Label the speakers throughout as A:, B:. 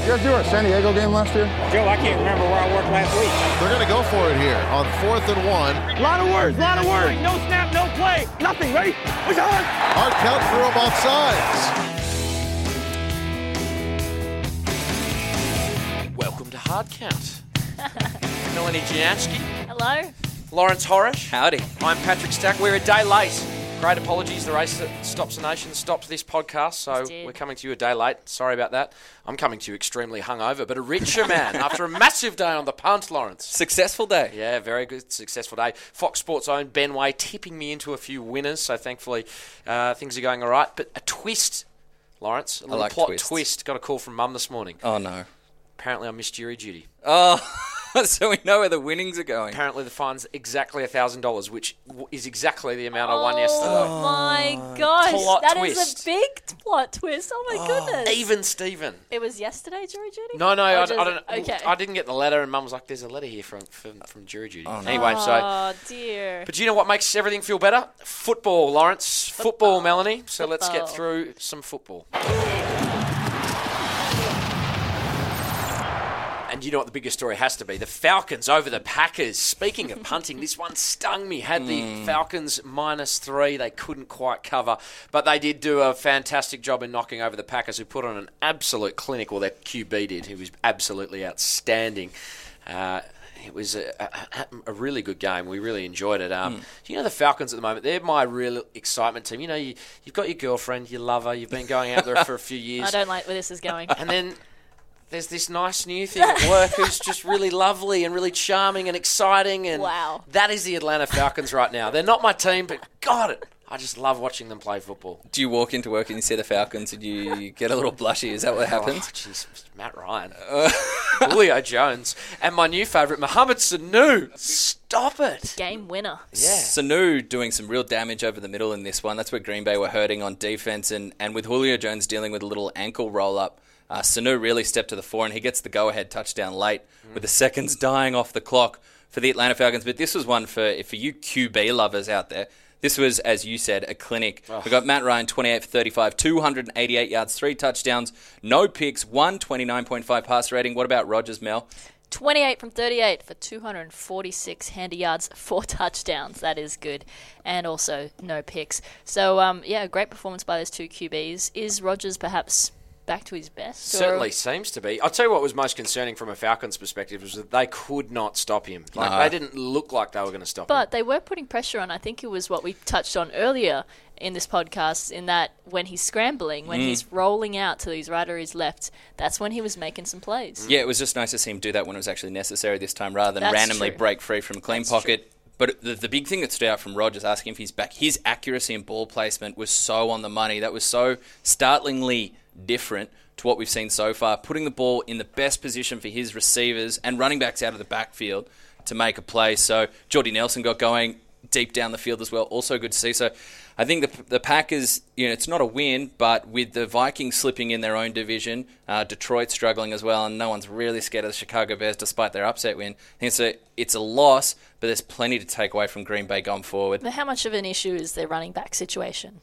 A: You guys do our San Diego game last year?
B: Joe, I can't remember where I worked last week.
C: They're going to go for it here on fourth and one.
D: A lot of words, a lot of words. No snap, no play, nothing. Ready? Push hard.
C: Hard count for him off sides.
E: Welcome to Hard Count. Melanie Janowski,
F: Hello.
E: Lawrence Horish.
G: Howdy.
E: I'm Patrick Stack. We're a day late. Great apologies. The race that stops the nation stops this podcast, so
F: Yes, it did.
E: we're coming to you a day late. Sorry about that. I'm coming to you extremely hungover, but a richer man after a massive day on the punt, Lawrence.
G: Successful day.
E: Yeah, very good, successful day. Fox Sports own Ben Way tipping me into a few winners, so thankfully uh, things are going all right. But a twist, Lawrence, a little
G: like
E: plot
G: twists.
E: twist. Got a call from Mum this morning.
G: Oh no.
E: Apparently, I missed jury duty.
G: so we know where the winnings are going.
E: Apparently, the fine's exactly thousand dollars, which w- is exactly the amount I won
F: Oh
E: yesterday.
F: my gosh,
E: Plot
F: that is
E: twist.
F: a big t- plot twist. Oh my goodness.
E: Even Stephen.
F: It was yesterday, Jury Duty?
E: No, no,
F: Or
E: I,
F: just-
E: I don't.
F: Okay.
E: I didn't get the letter, and Mum was like, "There's a letter here from from, from jury duty." Anyway, so.
F: Oh dear.
E: But you know what makes everything feel better? Football, Lawrence. Football, Melanie. So let's get
F: Football.
E: through some football. And you know what the biggest story has to be? The Falcons over the Packers. Speaking of punting, this one stung me. Had the Falcons minus three. They couldn't quite cover, but they did do a fantastic job in knocking over the Packers, who put on an absolute clinic. Well, their QB did, who was absolutely outstanding. Uh, it was a, a, a really good game. We really enjoyed it. Um, You know, the Falcons at the moment, they're my real excitement team. You know, you, you've got your girlfriend, you love her, you've been going out there for a few years.
F: I don't like where this is going.
E: And then there's this nice new thing at work who's just really lovely and really charming and exciting. And
F: Wow.
E: that is the Atlanta Falcons right now. They're not my team, but God, I just love watching them play football.
G: Do you walk into work and you see the Falcons and you get a little blushy? Is that what
E: Oh,
G: happens?
E: jeez, Matt Ryan, Julio Jones, and my new favourite, Mohamed Sanu. Stop it.
F: Game winner.
E: Yeah.
G: Sanu doing some real damage over the middle in this one. That's where Green Bay were hurting on defense, and, and with Julio Jones dealing with a little ankle roll up, uh, Sanu really stepped to the fore, and he gets the go ahead touchdown late with the seconds dying off the clock for the Atlanta Falcons. But this was one for for you QB lovers out there. This was, as you said, a clinic. We got Matt Ryan, 28 for 35, 288 yards, three touchdowns, no picks, 129.5 pass rating. What about Rogers, Mel?
F: 28 from 38 for 246 handy yards, four touchdowns. That is good. And also no picks. So, um, yeah, great performance by those two QBs. Is Rogers perhaps back to his best? or-
E: Certainly seems to be. I'll tell you what was most concerning from a Falcons perspective was that they could not stop him. Like they didn't look like they were going to stop him.
F: But they were putting pressure on. I think it was what we touched on earlier in this podcast, in that when he's scrambling,
E: Mm.
F: when he's rolling out to his right or his left, that's when he was making some plays.
G: Yeah, it was just nice to see him do that when it was actually necessary this time rather than
F: Mm. That's
G: randomly
F: true.
G: break free from a clean pocket. But the, the big thing that stood out from Rogers asking if he's back, his accuracy and ball placement was so on the money. That was so startlingly different to what we've seen so far, putting the ball in the best position for his receivers and running backs out of the backfield to make a play. So Jordy Nelson got going deep down the field as well. Also good to see. So I think the, the Packers, you know, it's not a win, but with the Vikings slipping in their own division, uh, Detroit struggling as well, and no one's really scared of the Chicago Bears despite their upset win. I think it's a, it's a loss, but there's plenty to take away from Green Bay going forward.
F: But how much of an issue is their running back situation?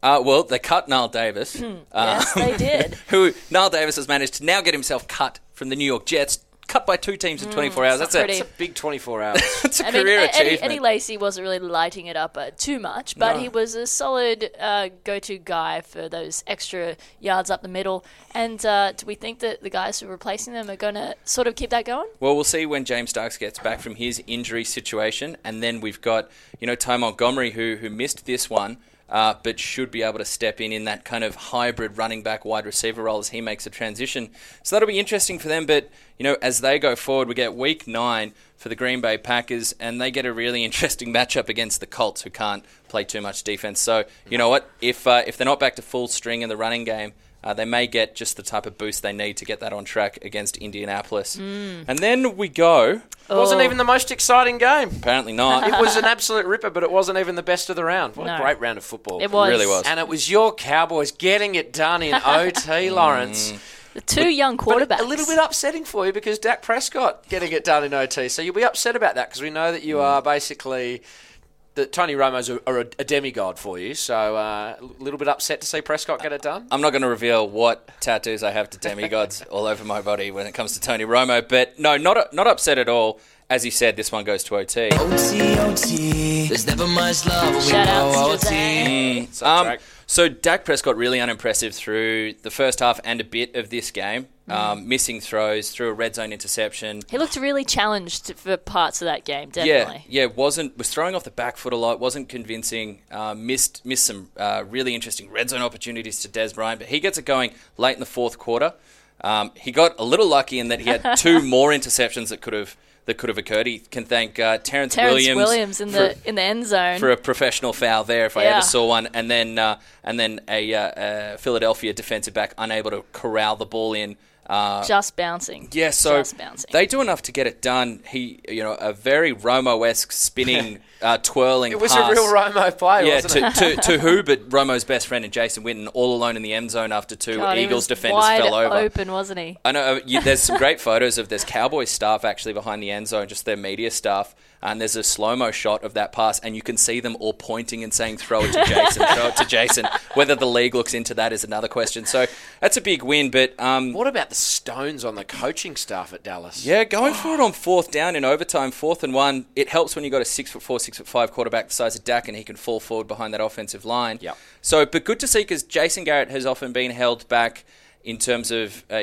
G: Uh, well, they cut Niall Davis,
F: Hmm.
E: Uh.
F: yes, they did.
G: who Niall Davis has managed to now get himself cut from the New York Jets, cut by two teams in 24 hours. That's
F: not Hmm. pretty.
G: a,
E: Big 24 hours.
G: that's a
F: I mean,
G: career
F: E- Eddie,
G: achievement.
F: Eddie Lacey wasn't really lighting it up uh, too much, but
G: No.
F: he was a solid uh, go-to guy for those extra yards up the middle. And uh, do we think that the guys who are replacing them are going to sort of keep that going?
G: Well, we'll see when James Starks gets back from his injury situation, and then we've got you know Ty Montgomery who who missed this one, uh, but should be able to step in in that kind of hybrid running back wide receiver role as he makes a transition. So that'll be interesting for them. But you know as they go forward, we get week nine for the Green Bay Packers, and they get a really interesting matchup against the Colts, who can't play too much defense. So you know what if uh, if they're not back to full string in the running game. Uh, they may get just the type of boost they need to get that on track against Indianapolis.
E: Mm.
G: And then we go.
E: It wasn't
F: Oh.
E: even the most exciting game.
G: Apparently not.
E: It was an absolute ripper, but it wasn't even the best of the round. What a
F: No.
E: great round of football.
F: It was.
G: really was.
E: And it was your Cowboys getting it done in OT,
G: Mm.
E: Lawrence.
F: The two young
E: But
F: quarterbacks.
E: a little bit upsetting for you because
G: Mm.
E: Dak Prescott getting it done in OT. So you'll be upset about that because we know that you are basically that Tony Romo's a, a, a demigod for you, so uh, a little bit upset to see Prescott get it done.
G: I'm not going to reveal what tattoos I have to demigods all over my body when it comes to Tony Romo, but no, not not upset at all. As you said, this one goes to OT.
E: Oh,
H: OT, OT. There's never much love when we
F: Shout out
H: go
F: to
H: OT.
G: Um,
E: Drake.
G: so Dak Prescott really unimpressive through the first half and a bit of this game,
E: Mm.
G: um, missing throws, threw a red zone interception.
F: He looked really challenged for parts of that game,
G: Yeah,
F: definitely.
G: yeah, wasn't was throwing off the back foot a lot. Wasn't convincing. Uh, missed missed some uh, really interesting red zone opportunities to Des Bryant, but he gets it going late in the fourth quarter. Um, he got a little lucky in that he had two more interceptions that could have that could have occurred. He can thank uh, Terrence,
F: Terrence Williams, in
G: for-
F: the in the end zone.
G: for a professional foul there if I
F: Yeah.
G: ever saw one, and then uh, and then a uh, uh, Philadelphia defensive back unable to corral the ball in. Uh,
F: just bouncing.
G: yeah, so
F: just bouncing.
G: they do enough to get it done. He, you know, a very Romo-esque spinning, uh, twirling.
E: It was
G: pass.
E: a real Romo play,
G: Yeah,
E: wasn't
G: to,
E: it?
G: to, to who but Romo's best friend and Jason Witten all alone in the end zone after two
F: God, he
G: Eagles
F: was
G: defenders
F: wide
G: fell over.
F: open, wasn't he?
G: I know uh, you, there's some great photos of there's Cowboys staff actually behind the end zone, just their media staff, and there's a slow mo shot of that pass, and you can see them all pointing and saying, "Throw it to Jason, throw it to Jason." Whether the league looks into that is another question. So that's a big win, but um,
E: What about the stones on the coaching staff at Dallas?
G: yeah, going for it on fourth down in overtime, fourth and one. It helps when you have got a six foot four, six foot five quarterback the size of Dak, and he can fall forward behind that offensive line.
E: Yep.
G: So, but good to see because Jason Garrett has often been held back in terms of. Uh,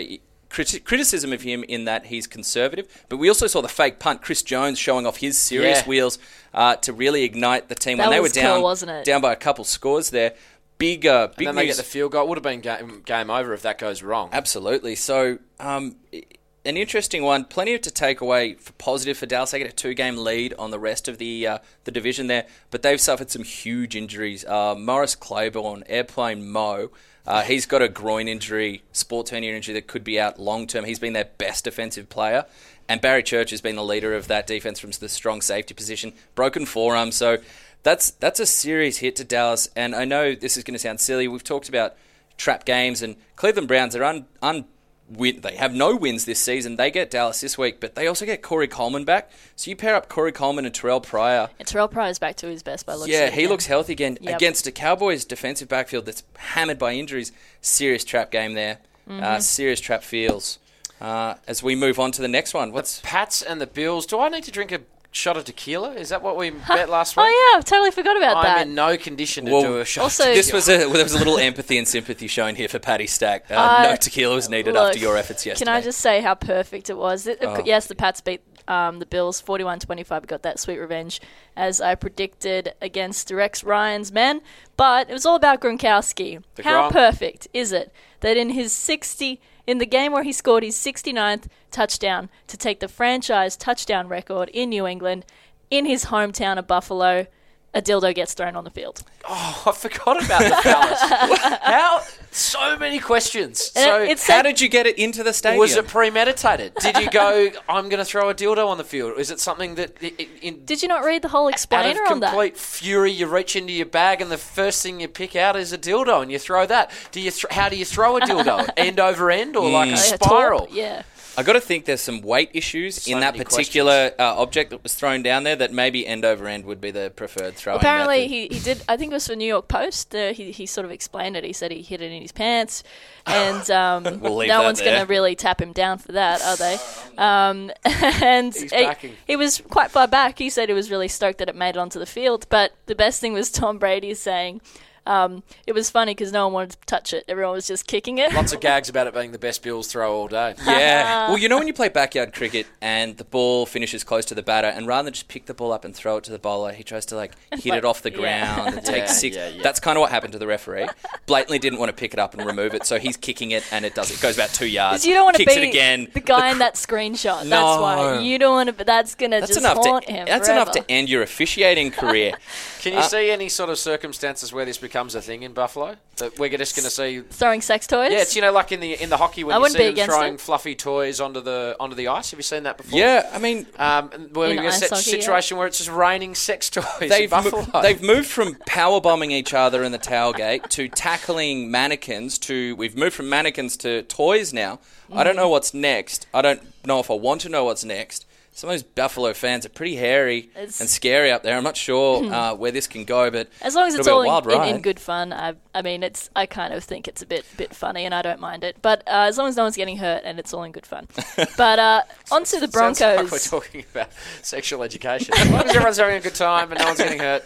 G: criti- Criticism of him in that he's conservative, but we also saw the fake punt. Chris Jones showing off his serious
E: Yeah.
G: wheels uh, to really ignite the team
F: That
G: when they
F: was
G: were down,
F: cool, wasn't it?
G: down by a couple scores there. Big, uh, big
E: And then
G: news.
E: they get the field goal. It would have been game, game over if that goes wrong.
G: Absolutely. So, um, i- an interesting one. Plenty to take away for positive for Dallas. They get a two-game lead on the rest of the uh, the division there, but they've suffered some huge injuries. Uh, Morris Claiborne, Airplane Mo, uh, he's got a groin injury, sports hernia injury that could be out long term. He's been their best defensive player, and Barry Church has been the leader of that defense from the strong safety position. Broken forearm, so. That's that's a serious hit to Dallas, and I know this is going to sound silly. We've talked about trap games. And Cleveland Browns are un, un win, they have no wins this season. They get Dallas this week, but they also get Corey Coleman back. So you pair up Corey Coleman and Terrell Pryor.
F: And Terrell Pryor's back to his best by looks.
G: yeah,
F: at it
G: he
F: now.
G: looks healthy again
F: Yep.
G: against a Cowboys defensive backfield that's hammered by injuries. Serious trap game there.
F: Mm-hmm.
G: Uh, serious trap feels. Uh, as we move on to the next one, what's
E: Pats and the Bills. Do I need to drink a shot of tequila? Is that what we bet last week?
F: Oh yeah, I totally forgot about
E: I'm
F: that.
E: in no condition to
G: Well,
E: do a shot.
F: Also-
E: of
G: this
E: tequila.
G: was a well, there was a little empathy and sympathy shown here for Patty Stack. Uh, no tequila was needed
F: Look,
G: after your efforts yesterday.
F: Can I just say how perfect it was? It-
E: Oh.
F: Yes, the Pats beat um, the Bills 41 25. Got that sweet revenge, as I predicted against Rex Ryan's men. But it was all about Gronkowski. How
E: Gronk.
F: perfect is it that in his 60, in the game where he scored his 69th touchdown to take the franchise touchdown record in New England, in his hometown of Buffalo, a dildo gets thrown on the field.
E: I forgot about the Dallas. how? So many questions.
F: And
E: so
F: it- it's
G: How
F: said-
G: did you get it into the stadium?
E: was it premeditated? Did you go? I'm going to throw a dildo on the field. Is it something that i- i- in
F: Did you not read the whole
E: out
F: explainer
E: of
F: on that?
E: complete fury you reach into your bag and the first thing you pick out is a dildo and you throw that? Do you? Th- how do you throw a dildo? end over end or like a
F: Yeah, torp,
E: spiral?
F: Yeah.
G: I got to think there's some weight issues in that
E: many
G: particular uh, object that was thrown down there that maybe end over end would be the preferred throwing.
F: Apparently,
G: method.
F: he, he did. I think it was for New York Post. Uh, he, he sort of explained it. He said he hid it in his pants, and um,
G: We'll leave
F: no
G: that
F: one's
G: there.
F: going to really tap him down for that, are they? Um, and
E: He's
F: he,
E: backing.
F: he was quite far back. He said he was really stoked that it made it onto the field. But the best thing was Tom Brady saying um, it was funny because no one wanted to touch it. Everyone was just kicking it.
E: Lots of gags about it being the best Bills throw all day.
G: Yeah. well, you know when you play backyard cricket and the ball finishes close to the batter, and rather than just pick the ball up and throw it to the bowler, he tries to like hit
F: like-
G: it off the
F: yeah.
G: ground and
E: Yeah,
G: take six.
E: yeah, yeah.
G: That's kind of what happened to the referee. Blatantly didn't want to pick it up and remove it, so he's kicking it, and it does. It goes about two yards.
F: Because you don't want to
G: kicks
F: be
G: it again.
F: the guy in that screenshot. That's
G: No.
F: why you don't want to. That's gonna
G: That's
F: just
G: enough
F: haunt
G: to.
F: him.
G: That's enough
F: forever.
G: to end your officiating career.
E: Can
G: Uh,
E: you see any sort of circumstances where this becomes a thing in Buffalo? That we're just going to see
F: Throwing sex toys.
E: Yeah, it's you know like in the in the hockey when
F: I
E: you
F: wouldn't be
E: see them
F: against
E: throwing
F: it.
E: fluffy toys onto the onto the ice. Have you seen that before?
G: yeah, I mean,
E: Um, we're
F: In
E: in a
F: ice
E: set-
F: hockey, yeah.
E: situation where it's just raining sex toys in
G: they've, mo-
E: Buffalo.
G: they've moved from power bombing each other in the tailgate to tackling mannequins to we've moved from
F: Mm.
G: mannequins to toys now. I don't know what's next. I don't know if I want to know what's next. some of those Buffalo fans are pretty hairy
F: It's-
G: and scary up there. I'm not sure uh, where this can go, but
F: As long as
G: it'll
F: it's
G: be a
F: all
G: wild
F: in, in,
G: ride.
F: in good fun, I, I mean, it's I kind of think it's a bit bit funny, and I don't mind it. But uh, as long as no one's getting hurt and it's all in good fun. but uh, onto the
E: Sounds like
F: Broncos.
E: we're talking about sexual education. As long as everyone's having a good time and no one's getting hurt,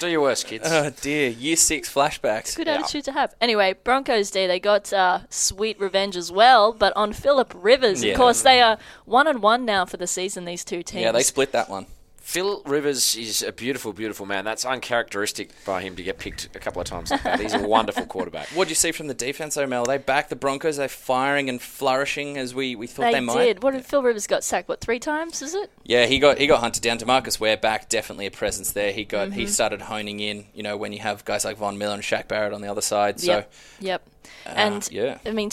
E: do your worst, kids.
G: Oh dear, year six flashbacks.
F: Good attitude to have. Anyway, Broncos Day, they got uh, sweet revenge as well, but on Philip Rivers.
G: Yeah.
F: Of course, they are one and one now for the season. These two teams.
G: Yeah, they split that one.
E: Phil Rivers is a beautiful, beautiful man. That's uncharacteristic by him to get picked a couple of times like that. He's a wonderful quarterback.
G: What do you see from the defense, though, Mel? Are they back the Broncos? Are they firing and flourishing as we, we thought
F: They
G: they, might?
F: did. What did Phil Rivers got sacked? What three times is it?
G: Yeah, he got he got hunted down. Demarcus Ware back, definitely a presence there. He got
F: Mm-hmm.
G: he started honing in. You know, when you have guys like Von Miller and Shaq Barrett on the other side, so uh,
F: Yep. Yep. and
G: yeah.
F: I mean,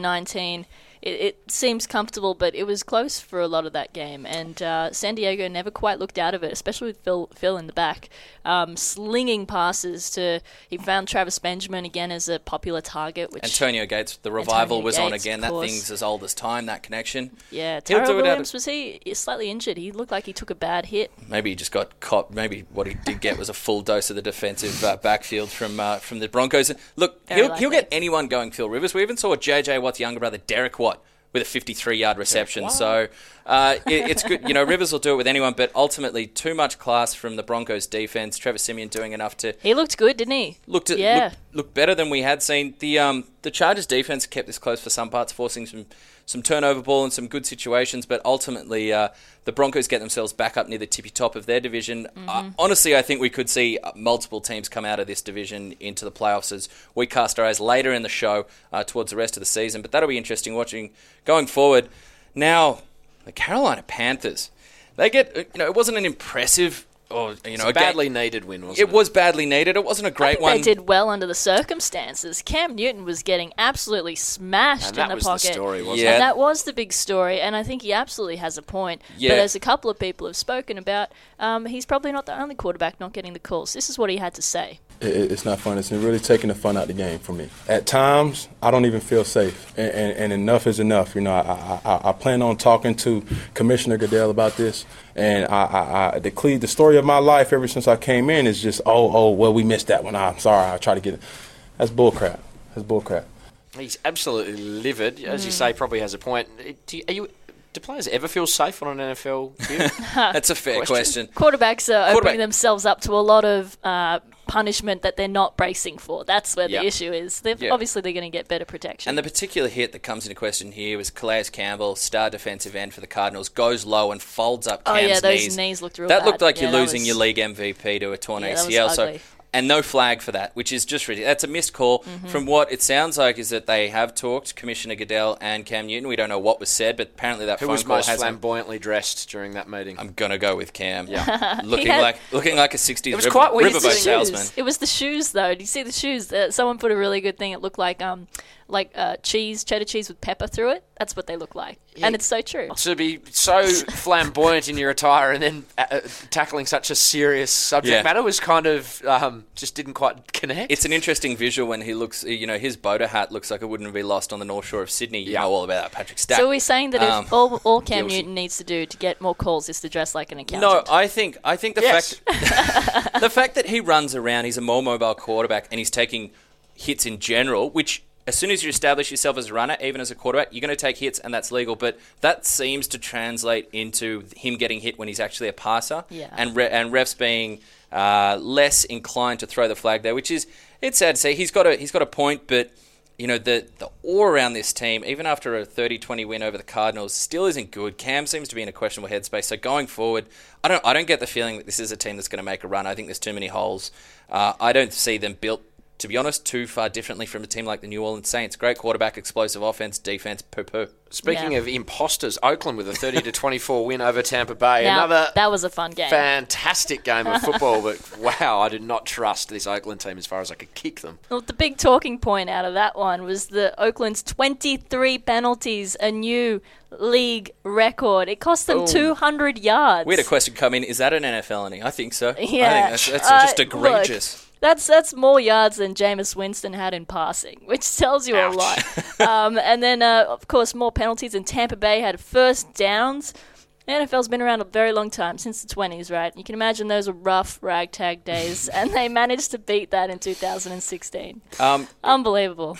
F: 27-19, it, it seems comfortable, but it was close for a lot of that game. And uh, San Diego never quite looked out of it, especially with Phil, Phil in the back, um, slinging passes to. He found Travis Benjamin again as a popular target, which
G: Antonio Gates, the revival
F: Antonio
G: was on
F: Gates,
G: again.
F: of
G: That
F: course.
G: thing's as old as time. That connection.
F: yeah,
G: He'll
F: Tyrell
G: do it out
F: Williams
G: of-
F: was he slightly injured? He looked like he took a bad hit.
G: Maybe he just got caught. Maybe what he did get was a full dose of the defensive uh, backfield from uh, from the Broncos. And Look,
F: Very
G: he'll, he'll
F: likely.
G: get anyone going. Phil Rivers. We even saw JJ Watt's younger brother Derek Watt with a 53 yard reception. So uh, it, it's good. You know, Rivers will do it with anyone, but ultimately, too much class from the Broncos defense. Trevor Simeon doing enough to
F: He looked good, didn't he?
G: looked at,
F: yeah.
G: looked, looked better than we had seen. The um the Chargers defense kept this close for some parts, forcing some some turnover ball and some good situations, but ultimately uh, the Broncos get themselves back up near the tippy top of their division.
F: Mm-hmm.
G: Uh, honestly, I think we could see uh, multiple teams come out of this division into the playoffs as we cast our eyes later in the show uh, towards the rest of the season. But that'll be interesting watching going forward. Now, the Carolina Panthers, they get uh, you know it wasn't an impressive. Or, you know,
E: A
G: a ga-
E: badly needed win, wasn't it?
G: it was badly needed. It wasn't a
F: I
G: great
F: think
G: one.
F: they did well under the circumstances. Cam Newton was getting absolutely smashed
E: And that
F: in the
E: was
F: pocket.
E: the story, wasn't
G: Yeah.
E: it?
F: And that was the big story, and I think he absolutely has a point.
G: Yeah.
F: But as a couple of people have spoken about, um, he's probably not the only quarterback not getting the calls. This is what he had to say.
I: it, it- it's not fun. It's really taking the fun out of the game for me. At times, I don't even feel safe, and, and, and enough is enough. You know, I, I- I, I plan on talking to Commissioner Goodell about this, and I, I, I the, cle- the story of my life ever since I came in is just, oh, oh, well, we missed that one. I'm sorry. I'll try to get it. That's bullcrap. That's bullcrap.
E: He's absolutely livid. As you say, probably has a point. Do, you, are you, do players ever feel safe on an NFL field?
G: That's a fair
E: Question?
G: question.
F: Quarterbacks are
G: Quarterback.
F: opening themselves up to a lot of uh, punishment that they're not bracing for. That's where
E: Yeah.
F: the issue is. They're,
G: Yeah.
F: Obviously, they're going to get better protection.
G: And the particular hit that comes into question here was Calais Campbell, star defensive end for the Cardinals, goes low and folds up
F: Oh,
G: Cam's
F: yeah, those
G: knees.
F: knees looked real
G: That looked
F: bad.
G: like
F: Yeah,
G: you're
F: that
G: losing
F: was-
G: your league MVP to a torn
F: Yeah, that was
G: ACL. So,
F: ugly.
G: and no flag for that, which is just ridiculous. That's a missed call.
F: Mm-hmm.
G: From what it sounds like is that they have talked Commissioner Goodell and Cam Newton. We don't know what was said, but apparently that
E: Who
G: phone
E: was
G: call
E: most
G: has.
E: flamboyantly dressed during that meeting?
G: I'm gonna go with Cam.
E: Yeah.
G: looking
F: had-
G: like looking like a 60s
E: was
G: river-
E: quite weird
G: riverboat
E: sitting-
G: salesman.
F: It was the shoes, though. Do you see the shoes? Uh, someone put a really good thing. It looked like um, like uh, cheese, cheddar cheese with pepper through it. That's what they look like, and it's so true.
E: to be so flamboyant in your attire and then uh, uh, tackling such a serious subject
G: Yeah.
E: matter was kind of um, just didn't quite connect.
G: It's an interesting visual when he looks, you know, his boater hat looks like it wouldn't be lost on the North Shore of Sydney. You know all about that, Patrick Stack.
F: So we're saying that if
G: Um,
F: all, all Cam
G: guilty.
F: Newton needs to do to get more calls is to dress like an
G: No,
F: accountant.
G: I think I think the
E: Yes.
G: fact the fact that he runs around, he's a more mobile quarterback, and he's taking hits in general. Which, as soon as you establish yourself as a runner, even as a quarterback, you're going to take hits, and that's legal. But that seems to translate into him getting hit when he's actually a passer,
F: Yeah.
G: and re- and refs being uh, less inclined to throw the flag there, which is it's sad to say. He's got a he's got a point, but. You know, the, the awe around this team, even after a 30 20 win over the Cardinals, still isn't good. Cam seems to be in a questionable headspace. So going forward, I don't, I don't get the feeling that this is a team that's going to make a run. I think there's too many holes. Uh, I don't see them built, to be honest, too far differently from a team like the New Orleans Saints. Great quarterback, explosive offense, defense, poo poo.
E: Speaking
F: Yeah.
E: of imposters, Oakland with a 30 to 24 win over Tampa Bay.
F: Now,
E: Another
F: that was a fun game.
E: fantastic game of football, but wow, I did not trust this Oakland team as far as I could kick them.
F: Well, the big talking point out of that one was the Oakland's 23 penalties, a new league record. It cost them 200 yards.
G: We had a question come in is that an NFL inning? I think so.
F: Yeah,
G: I think that's, that's
F: Uh,
G: just egregious.
F: look, that's that's more yards than Jameis Winston had in passing, which tells you a lot. um, and then, uh, of course, more penalties. And Tampa Bay had first downs. The NFL's been around a very long time, since the 20s, right? You can imagine those were rough, ragtag days, and they managed to beat that in 2016.
G: Um,
F: Unbelievable.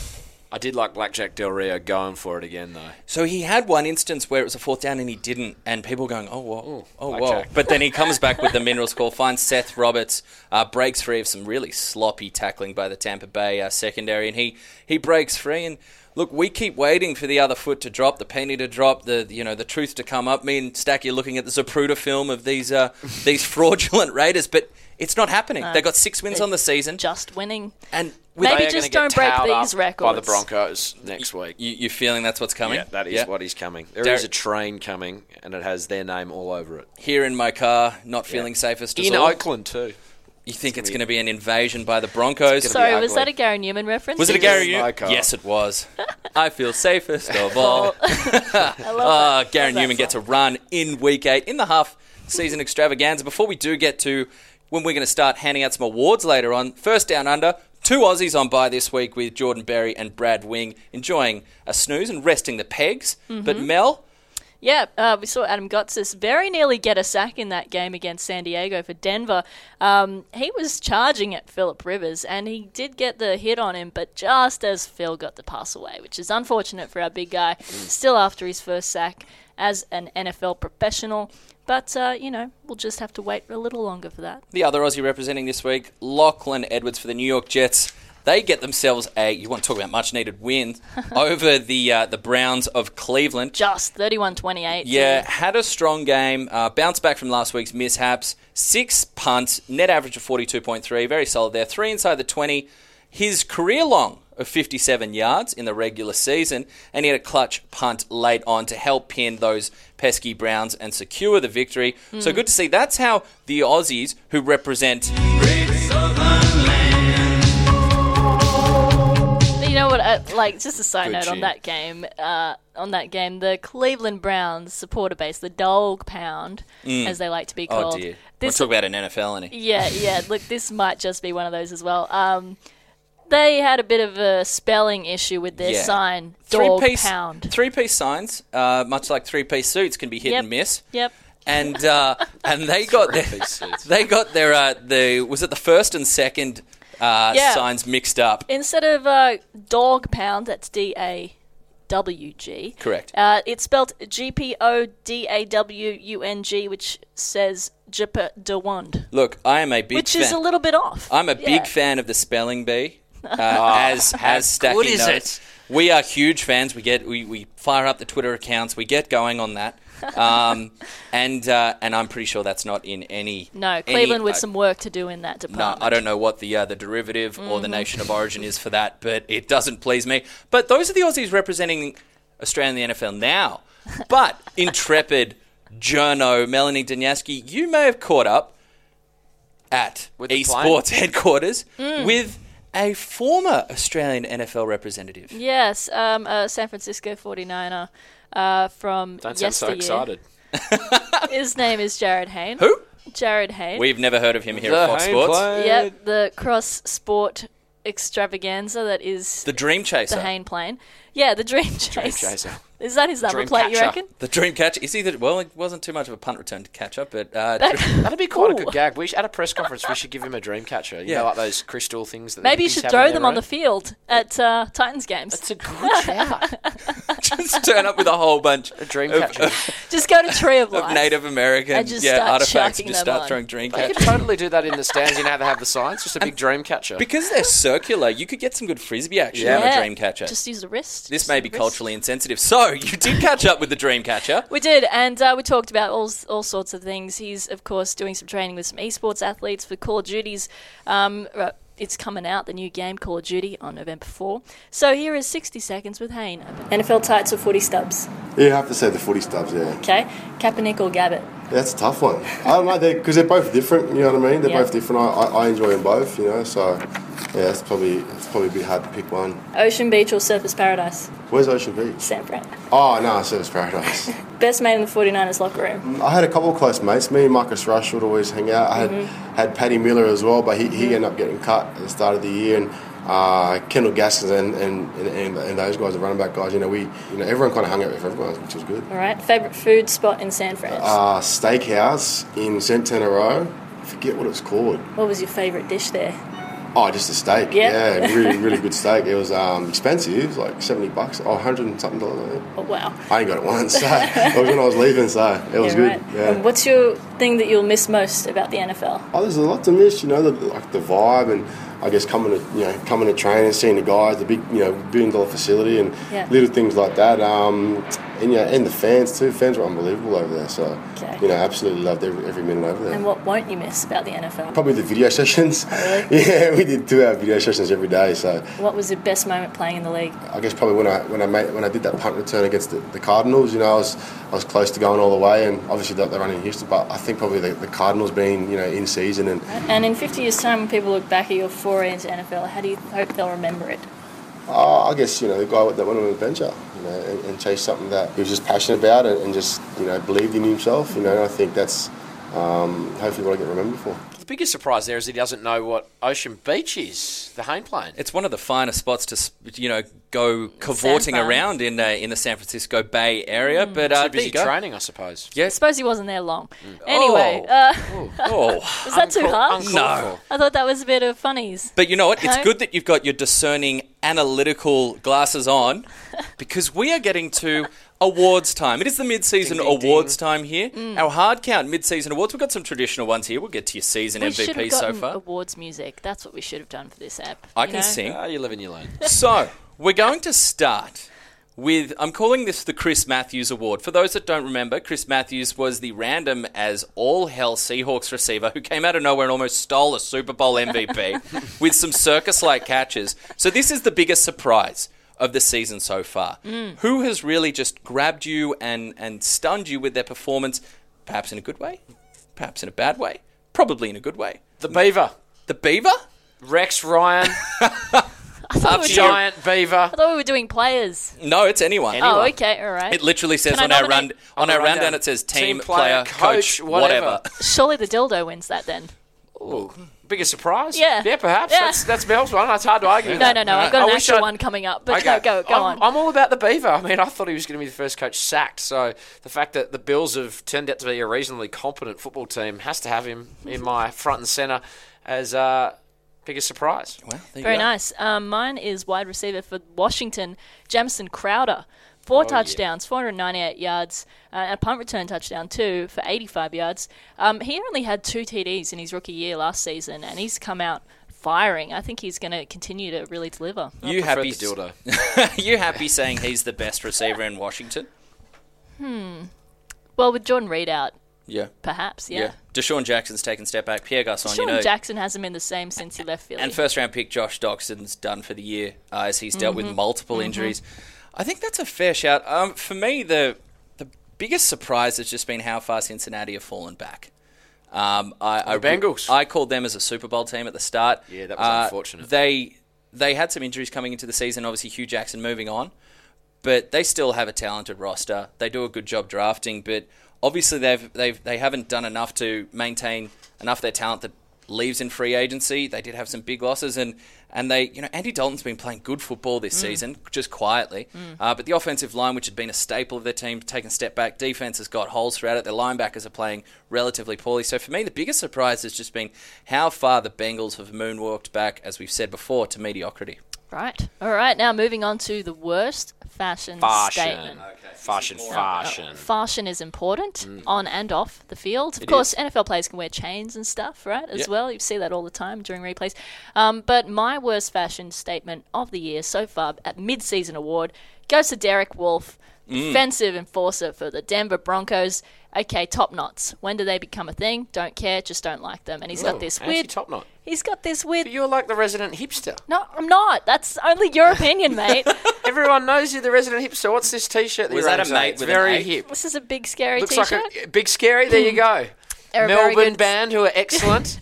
E: I did like Blackjack Del Rio going for it again, though.
G: So he had one instance where it was a fourth down and he didn't, and people going, "Oh whoa, oh whoa!"
E: blackjack.
G: But then he comes back with the mineral score, finds Seth Roberts, uh, breaks free of some really sloppy tackling by the Tampa Bay uh, secondary, and he he breaks free. And look, we keep waiting for the other foot to drop, the penny to drop, the you know the truth to come up. Me and Stacky are looking at the Zapruder film of these uh, these fraudulent Raiders, but it's not happening. they got six wins on the season,
F: Just winning.
G: and with
F: Maybe
E: They are
F: just
E: gonna
F: don't
E: get
F: break
E: towed up
F: these
E: by the
F: records.
E: Broncos next week.
G: you, you're feeling that's what's coming.
E: Yeah, that is what is coming. There is
G: Derek-
E: a train coming, and it has their name all over it.
G: here in my car, not feeling safest. as
E: In
G: all.
E: Oakland too.
G: You think it's going to be an invasion by the Broncos?
E: It's gonna
F: Sorry,
E: be
F: was
E: ugly.
F: that a Gary Newman reference?
G: was it a
E: It's gonna
G: Gary
E: be
G: Newman?
E: my car.
G: Yes, it was. I feel safest of all.
F: Oh.
G: Uh, Gary
F: Love that
G: Newman gets a run in week eight in the half season extravaganza. Before we do get to when we're going to start handing out some awards later on, first down under. Two Aussies on by this week with Jordan Berry and Brad Wing enjoying a snooze and resting the pegs. But Mel,
F: Yeah, uh, we saw Adam Gotsis very nearly get a sack in that game against San Diego for Denver. Um, he was charging at Philip Rivers, and he did get the hit on him, but just as Phil got the pass away, which is unfortunate for our big guy, still after his first sack as an NFL professional. But, uh, you know, we'll just have to wait a little longer for that.
G: The other Aussie representing this week, Lachlan Edwards for the New York Jets. They get themselves a you want to talk about much needed win over the uh, the Browns of Cleveland.
F: Just 31 28.
G: Yeah, had a strong game. Uh, bounced back from last week's mishaps. Six punts, net average of forty two point three, very solid there. Three inside the twenty. His career long of fifty seven yards in the regular season, and he had a clutch punt late on to help pin those pesky Browns and secure the victory. So good to see. That's how the Aussies, who represent.
F: But you know what? I, like, just a side note on
E: cheer.
F: that game. Uh, on that game, the Cleveland Browns supporter base, the Dog Pound, as they like to be
G: Oh
F: called.
G: dear.
F: This,
G: we'll talk about an NFL, any.
F: yeah, yeah. Look, this might just be one of those as well. Um, they had a bit of a spelling issue with their
G: Yeah.
F: sign, Dog
G: piece,
F: Pound.
G: Three piece signs, uh, much like three piece suits, can be hit
F: Yep.
G: and miss.
F: Yep.
G: And uh, and they got their they got their uh, the was it the first and second uh,
F: Yeah.
G: signs mixed up.
F: Instead of uh, dog pound, that's D A W G.
G: Correct.
F: Uh, it's spelled G P O D A W U N G, which says Jipper de Wand,
G: Look, I am a big
F: which
G: fan.
F: is a little bit off.
G: I'm a
F: Yeah.
G: big fan of the spelling bee. Uh, as as Stacky
E: good is
G: knows.
E: it?
G: we are huge fans. We get we, we fire up the Twitter accounts. We get going on that. Um, and uh, and I'm pretty sure that's not in any
F: No,
G: any,
F: Cleveland with
G: uh,
F: some work to do in that
G: No,
F: department.
G: I don't know what the uh, the derivative or
F: Mm-hmm.
G: the nation of origin is for that, but it doesn't please me. But those are the Aussies representing Australia in the NFL now. But intrepid journo Melanie Dunyaski, you may have caught up at
E: With the
G: esports headquarters
F: Mm.
G: with a former Australian NFL representative.
F: Yes, um, uh, San Francisco 49er uh, from
E: Don't sound so
F: yesteryear.
E: excited.
F: His name is Jared Hayne.
G: Who?
F: Jared Hayne.
G: We've never heard of him here at Fox Sports.
F: Yep, the cross sport extravaganza that is
G: The Dream Chaser.
F: the Hayne plane. Yeah, the Dream Chase.
E: Chaser.
F: Is that his number
E: Dream
F: plate, you
E: catcher.
F: reckon?
G: The Dream Catcher. Is he the, well, it wasn't too much of a punt return to catch up, but uh,
E: That'd be quite a
F: Ooh.
E: good gag. We should, at a press conference, we should give him a dream catcher. You
G: Yeah.
E: know, like those crystal things. That the
F: Maybe you
E: hippies
F: should
E: have
F: throw
E: their
F: them on the
E: road?
F: field at uh, Titans games.
E: It's a good shout.
G: just turn up with a whole bunch
E: A dream
G: of-
E: catcher.
F: Just go to Tree of
G: of
F: Life.
G: Native American
F: And just
G: yeah,
F: start
G: artifacts
F: chucking
G: and just
F: them
G: start
F: on.
G: throwing dream
E: You
G: catchers.
E: could totally do that in the stands. You know how they have the signs? Just a big dream catcher.
G: Because they're circular, you could get some good frisbee action
E: Yeah.
G: on a
F: Yeah,
G: dream catcher.
F: Just use the wrist.
G: this
F: just
G: may
F: use
G: be
F: the wrist.
G: culturally insensitive. So, you did catch up with the dream catcher.
F: We did, and uh, we talked about all all sorts of things. He's of course doing some training with some esports athletes for Call of Duty's. Um, uh, it's coming out the new game Call of Duty on November four. So here is sixty seconds with Hayne. NFL tights or footy stubs?
J: You have to say the footy stubs, yeah.
F: Okay, Kaepernick or Gabbett?
J: That's a tough one. I don't know, because they're, both different, you know what I mean? They're
F: Yeah.
J: both different. I, I, I enjoy them both, you know, so yeah, it's probably, it's probably a bit hard to pick one.
F: Ocean Beach or Surface Paradise?
J: Where's Ocean Beach?
F: San Fran.
J: Oh, no, Service Paradise.
F: Best mate in the 49ers locker room.
J: I had a couple of close mates. Me and Marcus Rush would always hang out. I had had Paddy Miller as well, but he, he ended up getting cut at the start of the year, and uh, Kendall Gaskins and, and, and, and those guys, the running back guys. You know, we you know everyone kind of hung out with everyone, which was good.
F: All right, favorite food spot in San Fran.
J: Uh, steakhouse in Centenaro. I forget what it was called.
F: what was your favorite dish there?
J: Oh, just a steak.
F: Yeah.
J: Yeah, really, really good steak. It was um, expensive. It was like seventy bucks, or hundred and something dollars.
F: Oh, wow.
J: I only got it once. So it was when I was leaving, so it was
F: Yeah,
J: good.
F: right.
J: Yeah.
F: And what's your thing that you'll miss most about the NFL?
J: oh, there's a lot to miss, you know, the, like the vibe and I guess coming to you know coming to train and seeing the guys, the big you know billion dollar facility and
F: Yeah.
J: little things like that. Um, and yeah, and the fans too. Fans were unbelievable over there, so
F: Okay.
J: you know, absolutely loved every, every minute over there.
F: And what won't you miss about the NFL?
J: Probably the video sessions.
F: Really?
J: yeah, we did two hour video sessions every day, so
F: What was your best moment playing in the league?
J: I guess probably when I when I made, when I did that punt return against the, the Cardinals, you know, I was I was close to going all the way, and obviously they're they're running in Houston, but I think probably the, the Cardinals being you know in season and
F: And in 50 years' time, when people look back at your foray into NFL, how do you hope they'll remember it?
J: uh, I guess you know the guy that went on an adventure, you know, and, and chased something that he was just passionate about and, and just you know believed in himself, you know, and I think that's um, hopefully what I get remembered for.
E: The biggest surprise there is he doesn't know what Ocean Beach is, the Hane Plain.
G: It's one of the finest spots to s- you know go cavorting
F: Fran.
G: around in uh, in the San Francisco Bay Area.
F: Mm.
G: But uh,
E: Too busy
G: there you go.
E: training, I suppose.
F: I suppose he wasn't there long. Anyway, uh,
G: Oh.
F: was that too
E: Mm. Uncle-
F: harsh?
E: Uncle-
G: No.
F: I thought that was a bit of funnies.
G: But you know what? It's
F: No.
G: good that you've got your discerning analytical glasses on because we are getting to awards time. It is the mid season
E: Ding, ding, ding.
G: awards time here.
F: Mm.
G: Our hard count mid season awards. We've got some traditional ones here. We'll get to your season
F: We should have
G: MVP so
F: gotten
G: far.
F: awards music. That's what we should have done for this app.
G: I
F: you
G: can
F: know?
G: sing.
E: Ah, you live and you learn.
G: So we're going to start with I'm calling this the Chris Matthews Award. For those that don't remember, Chris Matthews was the random as all hell Seahawks receiver who came out of nowhere and almost stole a Super Bowl MVP with some circus like catches. So this is the biggest surprise of the season so far. Who has really just grabbed you and, and stunned you with their performance, perhaps in a good way, perhaps in a bad way, probably in a good way.
E: The Beaver.
G: The Beaver?
E: Rex Ryan,
F: I thought, we were doing, I
E: Giant Beaver.
F: thought we were doing players.
G: No, it's anyone.
E: Anyone.
F: Oh, okay, all right.
G: It literally says
F: Can I
G: on our run
F: nominate-
G: on our rundown it says team, player, coach, whatever.
F: Surely the dildo wins that then.
E: Ooh, biggest surprise?
F: Yeah.
E: Yeah, perhaps.
F: Yeah.
E: That's, that's Mel's one. It's hard to argue with
F: No,
E: that.
F: no, no. I've got
E: I
F: an
E: wish
F: extra
E: I'd-
F: one coming up, but
E: Okay.
F: go, go, go
E: I'm,
F: on.
E: I'm all about the Beaver. I mean, I thought he was going to be the first coach sacked. So the fact that the Bills have turned out to be a reasonably competent football team has to have him in my front and centre as uh, biggest surprise.
G: Well, there you
F: Very
G: go.
F: nice. Um, mine is wide receiver for Washington, Jamison Crowder.
G: Oh,
F: Four touchdowns, 498 yards, uh, and a punt return touchdown too for 85 yards. Um, he only had two TDs in his rookie year last season, and he's come out firing. I think he's going to continue to really deliver.
G: You
E: Preferred
G: happy?
E: the dildo.
G: you happy saying he's the best receiver in Washington?
F: Well, with Jordan Reed out,
G: Yeah.
F: perhaps, yeah.
G: Deshaun Jackson's taken a step back. Pierre Garcon, you
F: Sean
G: know,
F: Jackson hasn't been the same since he left Philly.
G: and first round pick Josh Doxson's done for the year uh, as he's dealt with multiple injuries. I think that's a fair shout. Um, for me, the the biggest surprise has just been how far Cincinnati have fallen back. Um, I,
E: The
G: I,
E: Bengals.
G: I called them as a Super Bowl team at the start. Uh,
E: Yeah, that was unfortunate.
G: They they had some injuries coming into the season. Obviously, Hugh Jackson moving on, but they still have a talented roster. They do a good job drafting, but obviously they've they've they haven't done enough to maintain enough of their talent that leaves in free agency. They did have some big losses, and and they you know Andy Dalton's been playing good football this season, just quietly. Uh, but the offensive line, which had been a staple of their team, taken a step back. Defense has got holes throughout it. Their linebackers are playing relatively poorly. So for me, the biggest surprise has just been how far the Bengals have moonwalked back, as we've said before, to mediocrity.
F: right. All right, now moving on to the worst fashion,
E: Fashion.
F: statement.
E: Fashion, fashion.
F: fashion is important
E: Mm.
F: on and off the field. Of course, NFL players can wear chains and stuff, right? As
G: Yeah.
F: well, you see that all the time during replays. Um, but my worst fashion statement of the year so far at mid-season award goes to Derek Wolf,
E: Mm.
F: defensive enforcer for the Denver Broncos. Okay, top knots. When do they become a thing? Don't care. Just don't like them. And he's got this weird.
E: top knot.
F: He's got this weird.
E: But you're like the resident hipster.
F: no, I'm not. That's only your opinion, mate.
E: Everyone knows you're the resident hipster. What's this T-shirt? That
G: Was
E: you're
G: that a
E: wearing
G: mate
E: today? It's
G: with an
E: very
G: eight?
E: hip.
F: this is a big scary
E: Looks
F: t-shirt.
E: like a big scary. There you go.
F: They're a very
E: Melbourne
F: good-
E: band who are excellent.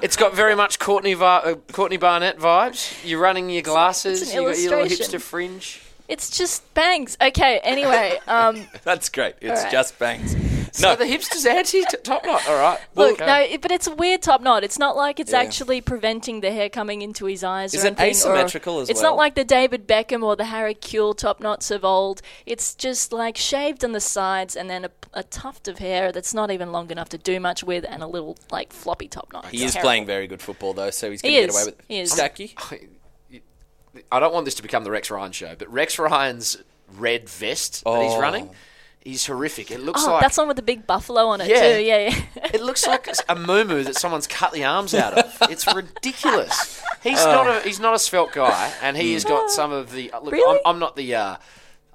E: it's got very much Courtney Va- uh, Courtney Barnett vibes. You're running your glasses.
F: it's an
E: you got your little
F: illustration.
E: hipster fringe.
F: It's just bangs. Okay. Anyway, um,
G: That's great. It's
F: All right.
G: just bangs.
E: So the hipster's anti t- top knot. All right.
F: Look,
E: Okay.
F: no, it- but it's a weird top knot. It's not like it's
G: uh, Yeah.
F: actually preventing the hair coming into his eyes.
G: Is
F: or
G: it
F: anything, or-
G: asymmetrical as
F: It's
G: well?
F: not like the David Beckham or the Harry Kuehl top knots of old. It's just like shaved on the sides and then a, a tuft of hair that's not even long enough to do much with, and a little like floppy top knot.
G: He
F: It's
G: is
F: terrible.
G: playing very good football though, so he's going
F: He
G: to get
F: is.
G: away with it.
F: He is.
G: Stacky,
E: Oh, I don't want this to become the Rex Ryan show, but Rex Ryan's red vest that he's
G: Oh.
E: running is horrific. It looks
F: Oh,
E: like
F: that's the one with the big buffalo on it
E: Yeah.
F: too. Yeah, yeah.
E: it looks like a muumuu that someone's cut the arms out of. It's ridiculous. He's not a he's not a svelte guy, and he has got some of the look.
F: Really?
E: I'm, I'm not the. Uh,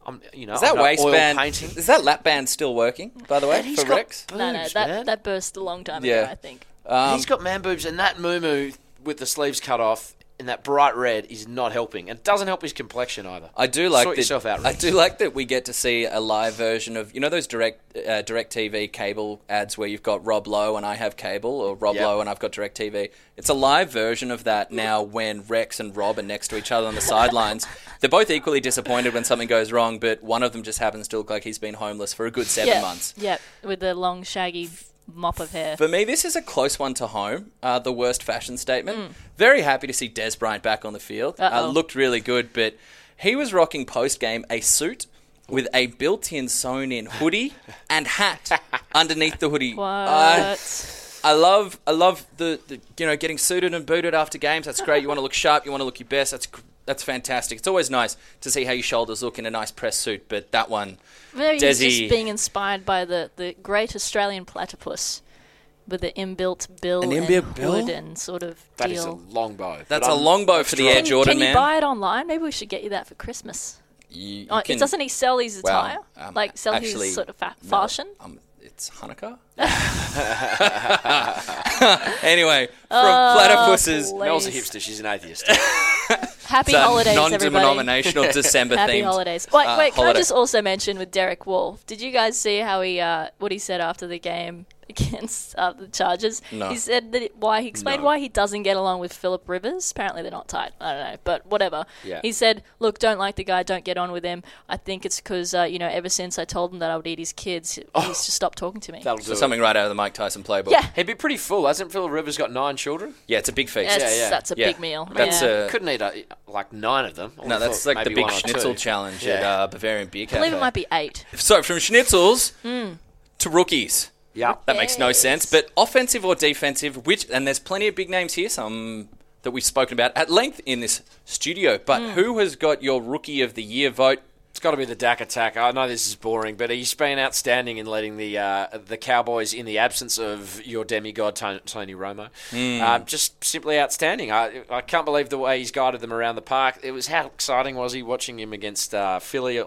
E: I'm, you know,
G: is that
E: I'm not
G: waistband?
E: oil painting?
G: Is that lap band still working? By the way,
E: And he's
G: for
E: got
G: Rex,
E: boobs,
F: no, no,
E: man.
F: that, that burst a long time
G: Yeah.
F: ago, I think.
G: um,
E: he's got man boobs, and that muumuu with the sleeves cut off in that bright red is not helping, and doesn't help his complexion either.
G: I do like
E: sort
G: that.
E: yourself out.
G: I
E: Rex.
G: do like that we get to see a live version of you know those direct uh, direct TV cable ads where you've got Rob Lowe and I have cable, or Rob
E: Yep.
G: Lowe and I've got direct TV. It's a live version of that now when Rex and Rob are next to each other on the sidelines. They're both equally disappointed when something goes wrong, but one of them just happens to look like he's been homeless for a good seven
F: yeah,
G: months.
F: yeah, with the long shaggy mop of hair.
G: For me, this is a close one to home. Uh, the worst fashion statement. Very happy to see Des Bryant back on the field. Uh,
F: Mm. Uh-oh.
G: looked really good, but he was rocking post game a suit with a built-in sewn-in hoodie and hat underneath the hoodie.
F: What?
G: I- I love, I love the, the you know getting suited and booted after games. That's great. You want to look sharp. You want to look your best. That's gr- that's fantastic. It's always nice to see how your shoulders look in a nice press suit. But that one,
F: Maybe he's
G: Desi.
F: just being inspired by the, the great Australian platypus with the inbuilt bill
G: An
F: and
G: inbuilt bill?
F: hood and sort of
E: That is a
F: deal.
E: long bow. but
G: that's a
E: I'm-
G: longbow for the Air
F: can,
G: Jordan
F: can you
G: man.
F: buy it online? Maybe we should get you that for Christmas.
G: You- you
F: Oh,
G: can-
F: doesn't he sell his attire?
G: um,
F: like sell
G: actually,
F: his sort of fa-
G: no.
F: fashion?
G: Um, it's Hanukkah. anyway, from
F: Oh,
G: platypuses,
E: Mel's a
F: Please.
E: hipster. She's an atheist.
F: Happy
G: it's a
F: holidays, everybody.
G: non-denominational December
F: Happy
G: themed
F: holidays. Wait,
G: uh,
F: wait. Can
G: holiday.
F: I just also mention with Derek Wolf? Did you guys see how he uh, what he said after the game against uh, the Chargers?
G: No.
F: He said that it, why he explained
E: No.
F: why he doesn't get along with Philip Rivers. Apparently they're not tight. I don't know, but whatever.
E: Yeah.
F: He said, "Look, don't like the guy. Don't get on with him. I think it's because uh, you know ever since I told him that I would eat his kids,
G: Oh.
F: he's just stopped talking to me."
E: That'll do.
G: So
E: it.
G: something right out of the Mike Tyson playbook.
F: Yeah.
E: He'd be pretty full. Hasn't Phil Rivers got nine children?
G: yeah, it's a big feast.
F: That's,
E: yeah.
F: that's a
G: Yeah.
F: big meal.
G: That's
F: yeah.
G: a
E: Couldn't eat uh like nine of them. I
G: no,
E: would've
G: that's
E: thought
G: like the
E: maybe
G: big
E: one or
G: schnitzel
E: two.
G: challenge at
E: Yeah.
G: uh, Bavarian Beer
F: I
G: Cafe.
F: believe it might be Hmm. eight.
G: So from schnitzels to rookies.
E: Yeah.
G: That makes no sense. But offensive or defensive, which and there's plenty of big names here, some that we've spoken about at length in this studio. But who has got your rookie of the year vote?
E: It's got to be the Dak attack. I know this is boring, but he's been outstanding in leading the uh, the Cowboys in the absence of your demigod Tony, Tony Romo.
G: Hmm.
E: Um, just simply outstanding. I I can't believe the way he's guided them around the park. It was how exciting was he watching him against uh, Philly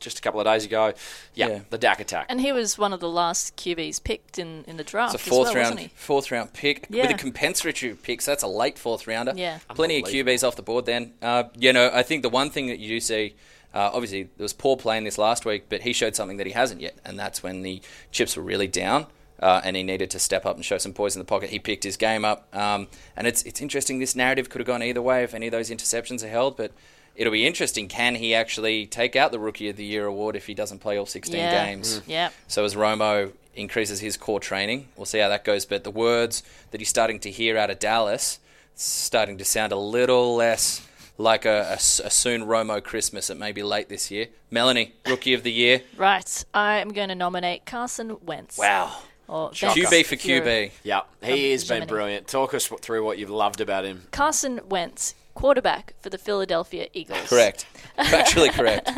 E: just a couple of days ago. Yeah,
G: Yeah.
E: the Dak attack.
F: And he was one of the last QBs picked in, in the draft.
G: It's a fourth
F: as well,
G: round,
F: wasn't he?
G: fourth round pick
F: Yeah.
G: with a compensatory pick. So that's a late fourth rounder.
F: Yeah.
G: plenty of QBs off the board. Then, uh, you know, I think the one thing that you do see, uh, obviously, there was poor playing this last week, but he showed something that he hasn't yet, and that's when the chips were really down. Uh, and he needed to step up and show some poise in the pocket. He picked his game up, um, and it's it's interesting. This narrative could have gone either way if any of those interceptions are held, but it'll be interesting. Can he actually take out the Rookie of the Year award if he doesn't play all sixteen
F: Yeah.
G: games?
F: Yeah.
G: So as Romo increases his core training, we'll see how that goes. But the words that he's starting to hear out of Dallas starting to sound a little less like a, a s- a soon Romo Christmas. It may be late this year. Melanie, rookie of the year.
F: Right. I am going to nominate Carson Wentz.
E: Wow.
F: Or
G: QB
F: Ventz
G: for
F: Fury.
G: QB.
E: Yeah, he has been
F: Jiminy.
E: brilliant. Talk us through what you've loved about him.
F: Carson Wentz, quarterback for the Philadelphia Eagles.
G: Correct. Factually correct.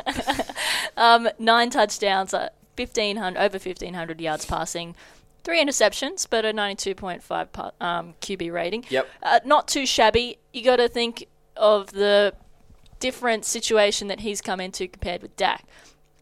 F: Nine touchdowns, uh, 1500, over 1,500 yards passing. Three interceptions, but a 92.5 pa- um, QB rating.
E: Yep.
F: Uh, not too shabby. You got to think of the different situation that he's come into compared with Dak.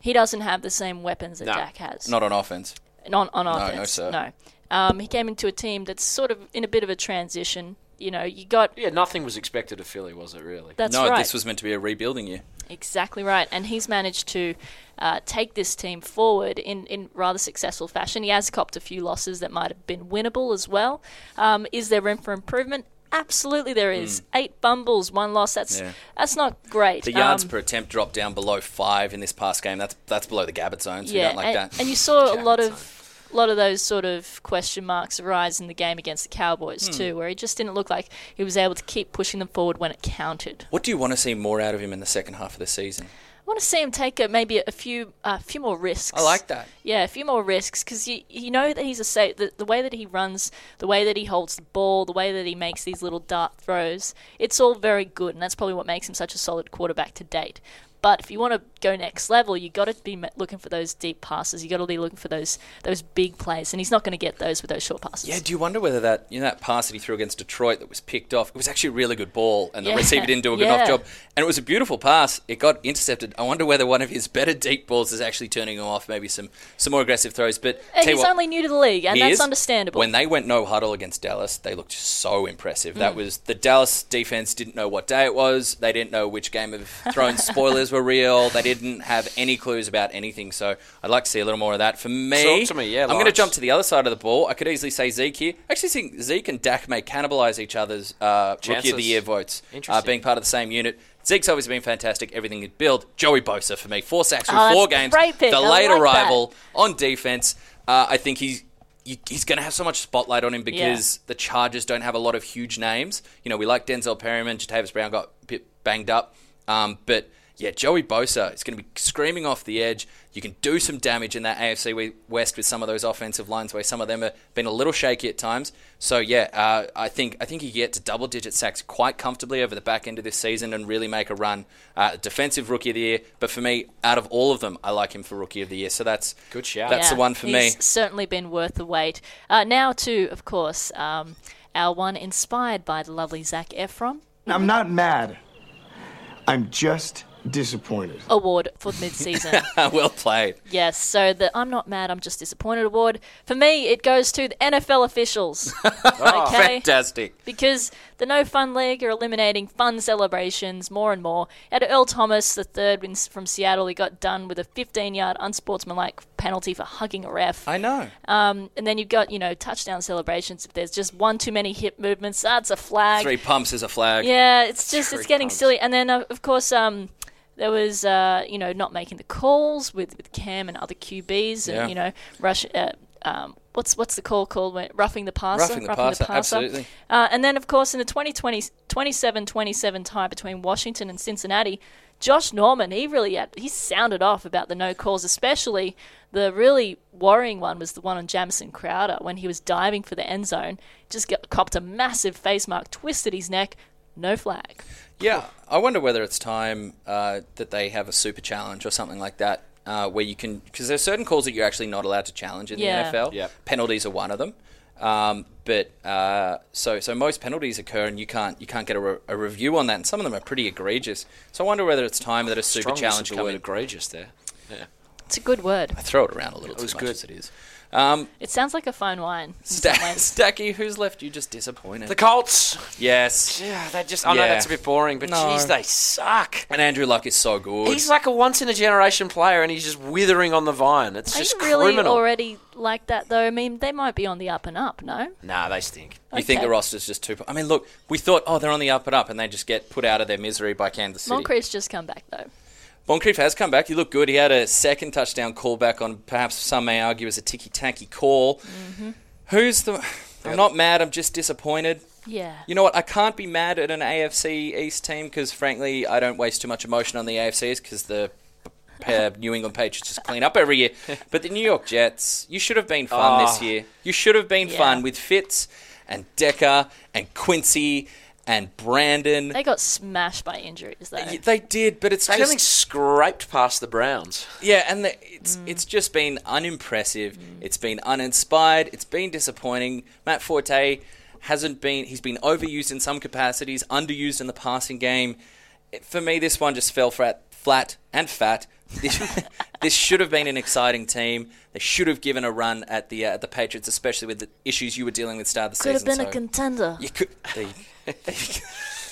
F: He doesn't have the same weapons that
E: No,
F: Dak has.
G: Not on offense.
F: on on
G: no,
F: offense.
G: sir.
F: Um, he came into a team that's sort of in a bit of a transition. You know, you got
E: Yeah, nothing was expected of Philly, was it really?
F: that's
G: no,
F: right.
G: this was meant to be a rebuilding year.
F: exactly right, and he's managed to uh, take this team forward in in rather successful fashion. He has copped a few losses that might have been winnable as well. Um, is there room for improvement? Absolutely, there is. Eight bumbles, one loss. That's
G: Hmm. Yeah.
F: that's not great.
G: The yards
F: Um,
G: per attempt dropped down below five in this past game. That's that's below the Gabbard zone, so we don't like
F: and,
G: that.
F: and you saw a
G: Gabbard
F: lot
G: zone.
F: of a lot of those sort of question marks arise in the game against the Cowboys
G: Hmm.
F: too, where he just didn't look like he was able to keep pushing them forward when it counted.
G: What do you want to see more out of him in the second half of the season?
F: I want to see him take a, maybe a few a few more risks.
G: I like that.
F: Yeah, a few more risks because you you know that he's a safe. The, the way that he runs, the way that he holds the ball, the way that he makes these little dart throws, it's all very good, and that's probably what makes him such a solid quarterback to date. But if you want to go next level, you got to be ma- looking for those deep passes. You got to be looking for those those big plays, and he's not going to get those with those short passes.
G: Yeah, do you wonder whether that you know that pass that he threw against Detroit that was picked off? It was actually a really good ball, and the
F: Yeah,
G: receiver didn't do a good
F: yeah.
G: enough job. And it was a beautiful pass. It got intercepted. I wonder whether one of his better deep balls is actually turning him off. Maybe some some more aggressive throws. But
F: and
G: tell you
F: Uh, he's
G: what,
F: only new to the league, and
G: he
F: that's
G: is.
F: understandable.
G: When they went no huddle against Dallas, they looked so impressive.
F: Mm.
G: That was the Dallas defense didn't know what day it was. They didn't know which Game of Thrones spoilers were real. They didn't have any clues about anything. So I'd like to see a little more of that. For me,
E: Talk to me, yeah,
G: I'm going to
E: Lawrence.
G: jump to the other side of the ball. I could easily say Zeke here. I actually think Zeke and Dak may cannibalize each other's uh, rookie of the
E: Chances.
G: year votes. uh,
E: Interesting.
G: being part of the same unit. Zeke's always been fantastic. Everything he'd build. Joey Bosa for me, four sacks through
F: Oh,
G: four
F: that's a
G: games.
F: great pick.
G: The
F: I
G: late
F: like that.
G: arrival on defense. Uh, I think he's you- he's going to have so much spotlight on him because the Chargers don't have a lot of huge names. You know, we like Denzel Perryman. Jatavis Brown got a bit banged up, um, but yeah, Joey Bosa is going to be screaming off the edge. You can do some damage in that AFC we- West with some of those offensive lines where some of them have been a little shaky at times. So yeah, uh, I think I think he get to double digit sacks quite comfortably over the back end of this season and really make a run. Uh, defensive rookie of the year, but for me, out of all of them, I like him for rookie of the year. So that's
E: Good shout.
G: That's the
F: Yeah,
G: one for me.
F: He's certainly been worth the wait. Uh, now to, of course, um, our one inspired by the lovely Zach Efron
K: I'm not mad. I'm just disappointed.
F: award for mid-season.
G: well played.
F: yes, so the I'm not mad, I'm just disappointed award for me it goes to the NFL officials. okay.
G: Oh, Fantastic.
F: Because the No Fun League are eliminating fun celebrations more and more. At Earl Thomas, the third in- from Seattle, he got done with a 15-yard unsportsmanlike penalty for hugging a ref.
G: I know.
F: Um, And then you've got, you know, touchdown celebrations. If there's just one too many hip movements, that's a flag.
G: Three pumps is a flag.
F: Yeah, it's just, it's
E: Three
F: getting
E: pumps.
F: silly. And then, uh, of course, um, there was, uh, you know, not making the calls with, with Cam and other QBs and,
G: Yeah.
F: you know, rush. Uh, um, What's, what's the call called? When, roughing the passer.
G: Roughing the passer, absolutely.
F: Uh, and then, of course, in the 2020, 27-27 tie between Washington and Cincinnati, Josh Norman, he really had, he sounded off about the no calls, especially the really worrying one was the one on Jamison Crowder when he was diving for the end zone, just got, copped a massive face mark, twisted his neck, no flag.
G: Yeah, I wonder whether it's time uh, that they have a super challenge or something like that, uh, where you can because there's certain calls that you're actually not allowed to challenge in
F: Yeah.
G: the NFL.
E: Yep.
G: penalties are one of them. Um, but uh, so so most penalties occur and you can't you can't get a, re- a review on that, and some of them are pretty egregious. So I wonder whether it's time that a
E: Strong
G: super
E: use
G: challenge
E: of the
G: come
E: word
G: in.
E: egregious there.
F: It's a good word.
G: I throw it around a little too
E: was
G: much
E: good.
G: as it is. Um,
F: It sounds like a fine wine. in some
G: Sta-
F: ways.
G: Stacky, who's left you just disappointed?
E: The Colts.
G: yes.
E: Yeah, they just. I know
G: Yeah.
E: that's a bit boring, but
G: No.
E: geez, they suck.
G: And Andrew Luck is so good.
E: He's like a once in a generation player, and he's just withering on the vine. It's
F: Are
E: just
F: you really
E: criminal.
F: already like that though? I mean, they might be on the up and up, no?
E: nah, they stink.
G: you think
F: okay.
G: the roster's just too. I mean, look, we thought, oh, they're on the up and up, and they just get put out of their misery by Kansas City.
F: Moncrief's just come back though.
G: Moncrief has come back. He looked good. He had a second touchdown callback on perhaps some may argue as a ticky tacky call. Who's the. I'm not mad, I'm just disappointed.
F: Yeah.
G: You know what? I can't be mad at an AFC East team because, frankly, I don't waste too much emotion on the AFCs because the uh, New England Patriots just clean up every year. But the New York Jets, you should have been fun this year. You should have been
F: Ah. Yeah.
G: fun with Fitz and Decker and Quincy and Brandon.
F: they got smashed by injuries though.
G: Y- they did, but it's
E: They
G: just
E: only scraped past the Browns.
G: yeah, and the, it's
F: Mm.
G: it's just been unimpressive. It's been uninspired. It's been disappointing. Matt Forte hasn't been. He's been overused in some capacities, underused in the passing game. It- for me, this one just fell flat, flat and fat. This, this should have been an exciting team. They should have given a run at the uh, at the Patriots, especially with the issues you were dealing with at the start of the
F: Could have
G: season.
F: been a
G: so
F: contender.
G: you could.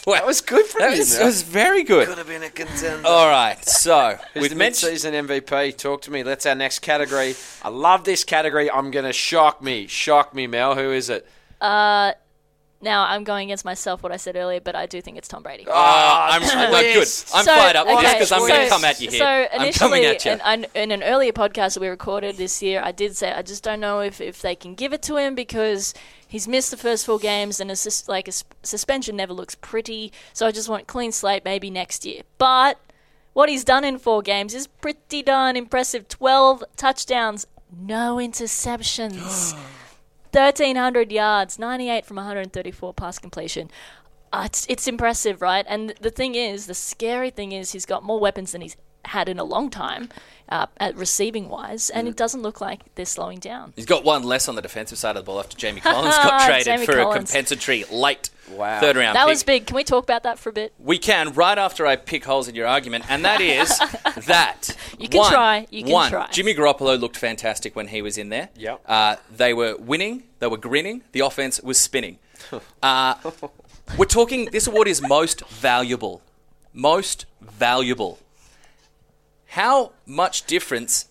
G: Wow, that
E: was good from
G: That
E: you,
G: was,
E: Mel.
G: was very good.
E: Could have been a contender.
G: All right, so
E: With
G: we've mentioned.
E: mid-season MVP, talk to me. That's our next category. I love this category. I'm gonna shock me, shock me, Mel. Who is it?
F: Now I'm going against myself what I said earlier, but I do think it's Tom Brady.
G: Ah,
E: Uh,
G: I'm- no, good. I'm fired up with this 'cause I'm gonna come at you here.
F: So
G: I'm
F: initially,
G: coming at you.
F: in, an- in an earlier podcast that we recorded this year, I did say I just don't know if, if they can give it to him because he's missed the first four games and it's just like a s- suspension never looks pretty. So I just want clean slate maybe next year. But what he's done in four games is pretty darn impressive. Twelve touchdowns, no interceptions. 1,300 yards, 98 from 134 pass completion. Uh, it's, it's impressive, right? And the thing is, the scary thing is, he's got more weapons than he's had in a long time, uh, at receiving wise,
G: Mm.
F: and it doesn't look like they're slowing down.
G: He's got one less on the defensive side of the ball after Jamie Collins got traded
F: Jamie
G: for a
F: Collins.
G: compensatory late third round
F: that
G: pick.
F: was big. Can we talk about that for a bit?
G: We can right after I pick holes in your argument, and that is that.
F: You can
G: one-
F: try, you can
G: one,
F: try.
G: Jimmy Garoppolo looked fantastic when he was in there.
E: Yep.
G: Uh, they were winning. They were grinning. The offense was spinning. Uh, we're talking. This award is most valuable. Most valuable. How much difference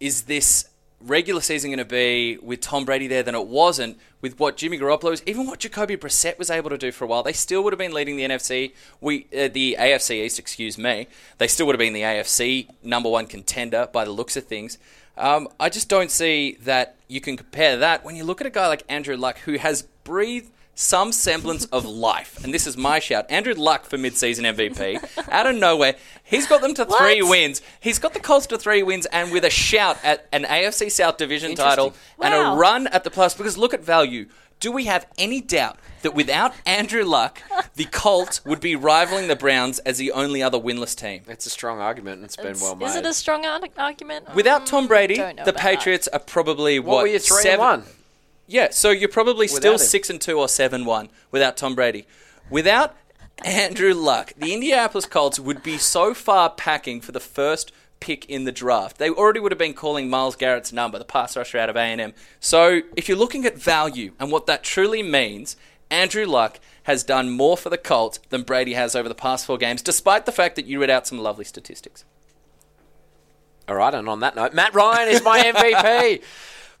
G: is this regular season going to be with Tom Brady there than it wasn't with what Jimmy Garoppolo was, even what Jacoby Brissett was able to do for a while. They still would have been leading the NFC, we uh, the AFC East, excuse me. They still would have been the AFC number one contender by the looks of things. Um, I just don't see that you can compare that when you look at a guy like Andrew Luck who has breathed some semblance of life. And this is my shout. Andrew Luck for mid-season MVP. Out of nowhere, he's got them to three
F: What?
G: wins. He's got the Colts to three wins and with a shout at an AFC South Division title and
F: Wow.
G: a run at the plus. Because look at value. Do we have any doubt that without Andrew Luck, the Colts would be rivaling the Browns as the only other winless team?
E: It's a strong argument, and it's been well made.
F: Is it a strong ar- argument? Mm,
G: Without Tom Brady,
F: Don't know
G: the
F: about
G: Patriots are probably what,
E: what, were you three
G: seven,
E: and one?
G: yeah, so you're probably still
E: him.
G: six and two or seven one without Tom Brady. Without Andrew Luck, the Indianapolis Colts would be so far packing for the first pick in the draft. They already would have been calling Miles Garrett's number, the pass rusher out of A&M. So if you're looking at value and what that truly means, Andrew Luck has done more for the Colts than Brady has over the past four games, despite the fact that you read out some lovely statistics.
E: All right, and on that note, Matt Ryan is my MVP.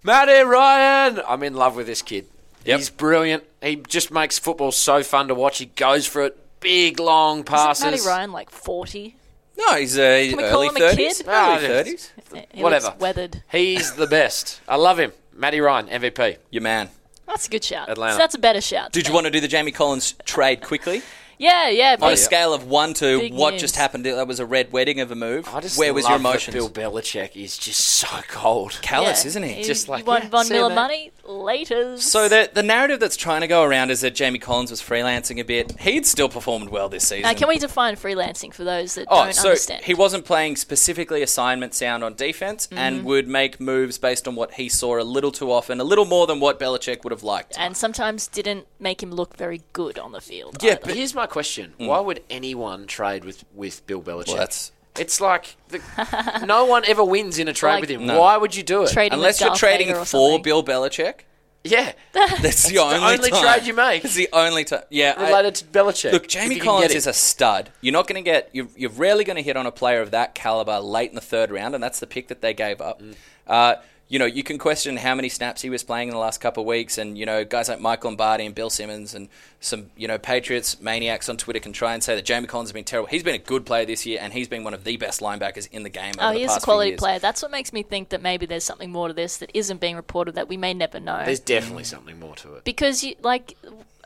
E: Matty Ryan, I'm in love with this kid.
G: Yep.
E: He's brilliant. He just makes football so fun to watch. He goes for it, big long
F: Isn't
E: passes.
F: Matty Ryan like 40?
G: No, he's uh,
F: Can we call
G: early
F: him a
G: 30s.
F: kid?
E: Ah,
G: Early
E: yes.
G: 30s.
F: He
E: Whatever.
F: Looks weathered.
E: He's the best. I love him. Matty Ryan, MVP.
G: Your man.
F: That's a good shout.
E: Atlanta.
F: So that's a better shout.
G: Did you Oh, want to do the Jamie Collins trade quickly?
F: Yeah, yeah.
G: On a
F: big-
G: scale of one to
F: Big
G: what
F: news.
G: just happened, that was a red wedding of a move.
E: I just
G: Where was your
E: love that
G: emotions?
E: Bill Belichick is just so cold.
G: Callous,
F: yeah.
G: isn't he?
F: You-
E: Just like,
F: you want
E: yeah,
F: Von
E: see you,
F: Miller
E: mate.
F: money? Later.
G: so the the narrative that's trying to go around is that Jamie Collins was freelancing a bit. He'd still performed well this season.
F: Now, can we define freelancing for those that
G: Oh,
F: don't
G: so
F: understand?
G: he wasn't playing specifically assignment sound on defense
F: Mm-hmm.
G: and would make moves based on what he saw a little too often, a little more than what Belichick would have liked.
F: and sometimes didn't make him look very good on the field.
G: Yeah,
F: either.
E: But here's my question: Why would anyone trade with with Bill Belichick?
G: Mm. Well, that's-
E: it's like the, no one ever wins in a trade
F: Like-
E: with him.
G: No.
E: Why would you do it?
F: Trading with
G: Unless you're
F: Darth
G: trading
F: Vader or
G: for
F: something.
G: Bill Belichick,
E: Yeah,
G: that's the only,
E: only
G: time.
E: trade you make.
G: It's the only time. Yeah, I-
E: related to Belichick.
G: Look,
E: if
G: Jamie
E: you can get
G: Collins
E: him.
G: is a stud. You're not going to get. You're, you're rarely going to hit on a player of that caliber late in the third round, and that's the pick that they gave up.
E: Mm.
G: Uh, you know, you can question how many snaps he was playing in the last couple of weeks, and you know, guys like Michael Lombardi and Bill Simmons and some you know Patriots maniacs on Twitter can try and say that Jamie Collins has been terrible. He's been a good player this year, and he's been one of the best linebackers in the game.
F: Oh,
G: over the
F: he is
G: past
F: a
G: few
F: quality
G: years.
F: player. That's what makes me think that maybe there's something more to this that isn't being reported that we may never know.
E: There's definitely something more to it.
F: because you like,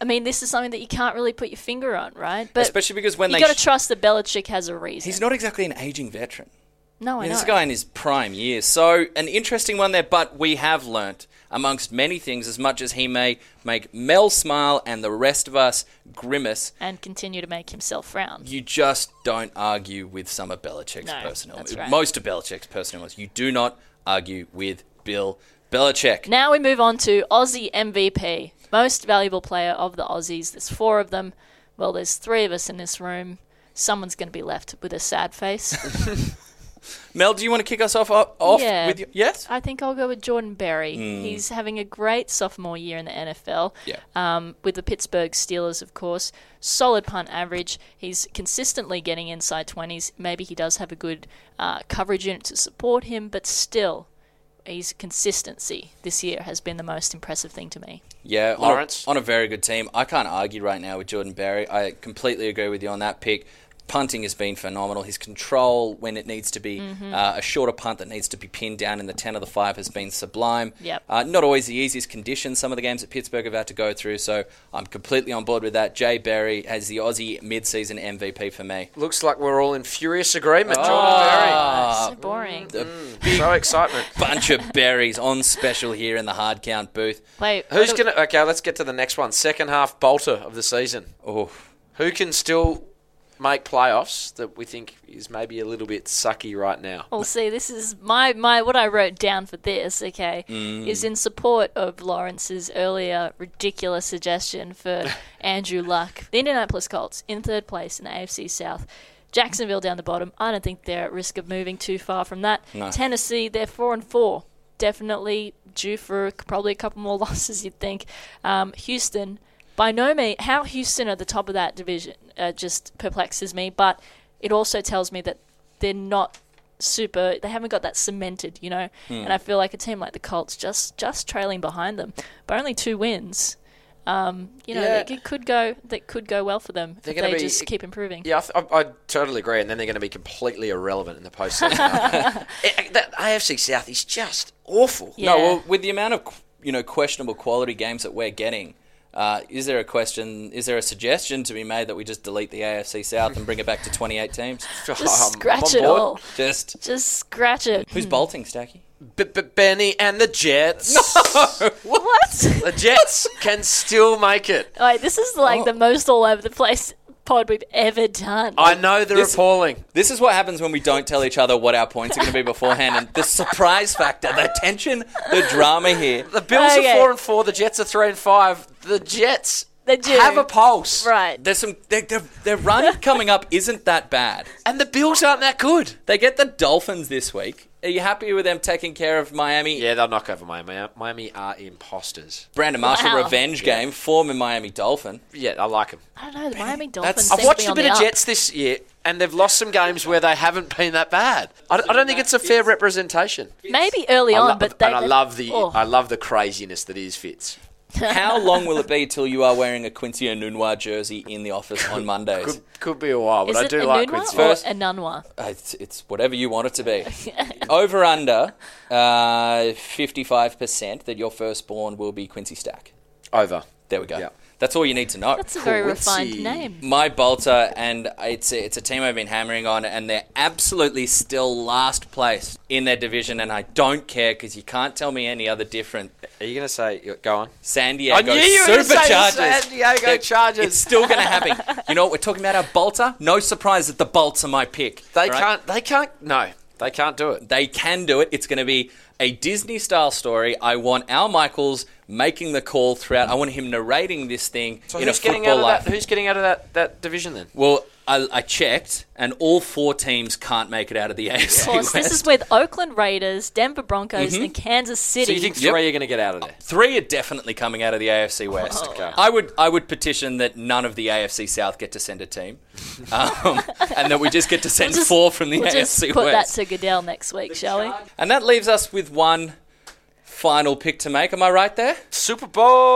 F: I mean, this is something that you can't really put your finger on, right? But
G: Especially because when
F: you
G: they
F: got to
G: sh-
F: trust that Belichick has a reason.
G: He's not exactly an aging veteran.
F: No, I
G: Yeah,
F: know.
G: this guy in his prime years. So an interesting one there, but we have learnt amongst many things, as much as he may make Mel smile and the rest of us grimace,
F: and continue to make himself frown.
G: you just don't argue with some of Belichick's
F: No,
G: personnel.
F: that's right.
G: Most of Belichick's personnel is you do not argue with Bill Belichick.
F: Now we move on to Aussie MVP, most valuable player of the Aussies. There's four of them. Well, there's three of us in this room. Someone's going to be left with a sad face.
G: Mel, do you want to kick us off? Off, off
F: Yeah. Uh,
G: with your, yes.
F: I think I'll go with Jordan Berry. He's having a great sophomore year in the NFL.
G: Yeah.
F: Um, with the Pittsburgh Steelers, of course. Solid punt average. He's consistently getting inside 20s. Maybe he does have a good uh, coverage unit to support him, but still, his consistency this year has been the most impressive thing to me.
G: Yeah, on a-
E: Lawrence?
G: on a, very good team. I can't argue right now with Jordan Berry. I completely agree with you on that pick. Punting has been phenomenal. His control when it needs to be uh, a shorter punt that needs to be pinned down in the 10 of the 5 has been sublime.
F: Yep.
G: Uh, not always the easiest conditions some of the games that Pittsburgh have had to go through, so I'm completely on board with that. Jay Berry has the Aussie mid-season MVP for me.
E: Looks like we're all in furious agreement.
F: Ah, so
E: Ah. Jordan
F: boring.
E: Berry. So excitement.
G: Bunch of berries on special here in the Hard Count booth.
F: Wait,
E: Who's
F: what do-
E: going to. Okay, let's get to the next one. Second half bolter of the season.
G: Oh,
E: Who can still make playoffs that we think is maybe a little bit sucky right now?
F: Well, see, this is my, my what I wrote down for this. Okay, is in support of Lawrence's earlier ridiculous suggestion for Andrew Luck. The Indianapolis Colts in third place in the AFC South. Jacksonville down the bottom. I don't think they're at risk of moving too far from that.
G: No.
F: Tennessee, they're four and four. Definitely due for probably a couple more losses, you'd think. Um, Houston, by no means, how Houston at the top of that division uh, just perplexes me, but it also tells me that they're not super they haven't got that cemented you know
E: Hmm.
F: and i feel like a team like the colts just just trailing behind them but only two wins um you know
E: Yeah.
F: it could- could go that could go well for them
E: They're
F: if
E: gonna
F: they
E: be-
F: just keep improving
E: Yeah, I, th- I, I totally agree. And then they're going to be completely irrelevant in the postseason. aren't they? Eh, eh, that AFC South is just awful.
F: Yeah.
G: No, Oh, well, with the amount of you know questionable quality games that we're getting, uh, is there a question? Is there a suggestion to be made that we just delete the AFC South and bring it back to 28 teams?
E: I'm-
F: just
E: I'm on
F: scratch it
E: board.
F: all
G: Just
F: just scratch it
G: who's bolting, Stacky?
E: B- B- Benny and the Jets. No!
F: what
E: the Jets can still make it.
F: Like this is
E: Oh.
F: like the most all over the place pod we've ever done.
E: I know they're
G: This-
E: appalling.
G: This is what happens when we don't tell each other what our points are going to be beforehand, and the surprise factor, the tension, the drama here.
E: The Bills
F: Okay.
E: are four and four. The Jets are three and five. The Jets
F: They do.
E: have a pulse,
F: right.
G: There's some their, their, their run coming up isn't that bad.
E: and the Bills aren't that good.
G: They get the Dolphins this week. Are you happy with them taking care of Miami?
E: Yeah, they'll knock over Miami. Miami are imposters.
G: Brandon Marshall
F: Wow.
G: revenge game, former Miami Dolphin.
E: Yeah, I like them.
F: I don't know. The Miami Dolphins.
G: That's-
F: seem
E: I've
F: to
E: watched
F: be
E: a
F: on
E: bit
F: the
E: of
F: up.
E: Jets this year, and they've lost some games where they haven't been that bad. I, I don't think it's a fair representation.
F: Maybe early
E: I
F: on,
E: lo-
F: but they,
E: and I love the
F: Oh.
E: I love the craziness that is Fitz.
G: How long will it be till you are wearing a Quincy Anunwa jersey in the office on Mondays?
E: Could, could be a while, but
F: is
E: I
F: it
E: do
F: a
E: like
F: Nunwa
E: Quincy.
F: or
G: first.
F: a Nunwa?
G: Uh, It's, it's whatever you want it to be. Over under uh, fifty-five percent that your firstborn will be Quincy Stack.
E: Over.
G: There we go.
E: Yeah.
G: That's all you need to know.
F: That's a very
E: Quincy.
F: refined name.
G: My Bolter, and it's a, it's a team I've been hammering on, and they're absolutely still last place in their division, and I don't care because you can't tell me any other different.
E: Are you going to say go on?
G: San Diego
E: I knew you were gonna say the
G: Superchargers.
E: San Diego Chargers.
G: It's still going to happen. you know what? We're talking about our Bolter. No surprise that the Bolts are my pick.
E: They
G: all right?
E: can't. They can't. No, they can't do it.
G: They can do it. It's going to be a Disney style story. I want Al Michaels making the call throughout. I want him narrating this thing
E: So
G: in
E: who's
G: a
E: getting
G: football
E: out of
G: life.
E: that? Who's getting out of that, that division then?
G: well, I, I checked, and all four teams can't make it out of the AFC
F: Of course,
G: West.
F: this is with Oakland Raiders, Denver Broncos,
G: Mm-hmm.
F: and Kansas
E: So
F: City.
E: you think three
G: Yep.
E: are going to get out of there?
G: Three are definitely coming out of the
F: Oh.
G: AFC West.
E: Okay.
G: I would I would petition that none of the AFC South get to send a team, um, and that we just get to send
F: Just-
G: four from the
F: we'll
G: AFC
F: just put
G: West.
F: that to Goodell next week, shall we?
G: and that leaves us with one final pick to make. Am I right there?
E: Super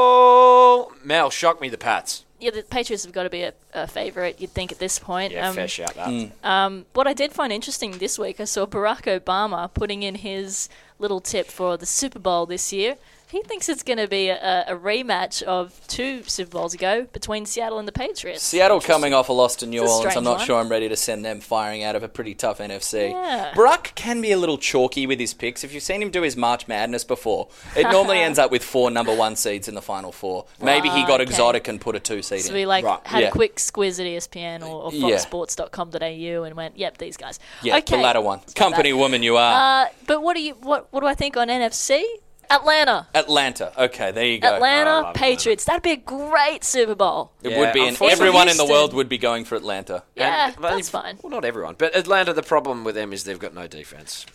E: Bowl. Mel, shock me the Pats.
F: Yeah, the Patriots have got to be a, a favorite. You'd think at this point.
E: Yeah,
F: Um,
E: fair shout that.
F: What I did find interesting this week, I saw Barack Obama putting in his little tip for the Super Bowl this year. He thinks it's going to be a, a rematch of two Super Bowls ago between Seattle and the Patriots.
G: Seattle coming off a loss to New
F: It's a
G: Orleans. I'm
F: strange
G: not
F: one.
G: sure I'm ready to send them firing out of a pretty tough NFC.
F: Yeah.
G: Brock can be a little chalky with his picks. If you've seen him do his March Madness before, it normally ends up with four number one seeds in the final four. Maybe he got
F: Ah, okay.
G: exotic and put a two seed
F: So
G: in.
F: we like
E: Right,
F: had
G: yeah.
F: a quick squiz at E ESPN or, or
G: Yeah.
F: foxsports.com.au and went, "Yep, these guys."
G: yeah,
F: okay.
G: the latter one.
F: It's not
G: Company woman you are.
F: bad. Uh, but what do you what what do I think on NFC? Atlanta,
G: Atlanta. Okay, there you go.
E: I
F: Atlanta
E: love
F: Patriots. That'd be a great Super Bowl.
G: It
E: Yeah,
G: would be, and
E: unfortunately-
G: everyone in the
F: Houston.
G: world would be going for Atlanta.
F: Yeah,
E: e- And-
F: that's
E: well,
F: fine.
E: Well, not everyone, but Atlanta. The problem with them is they've got no defense.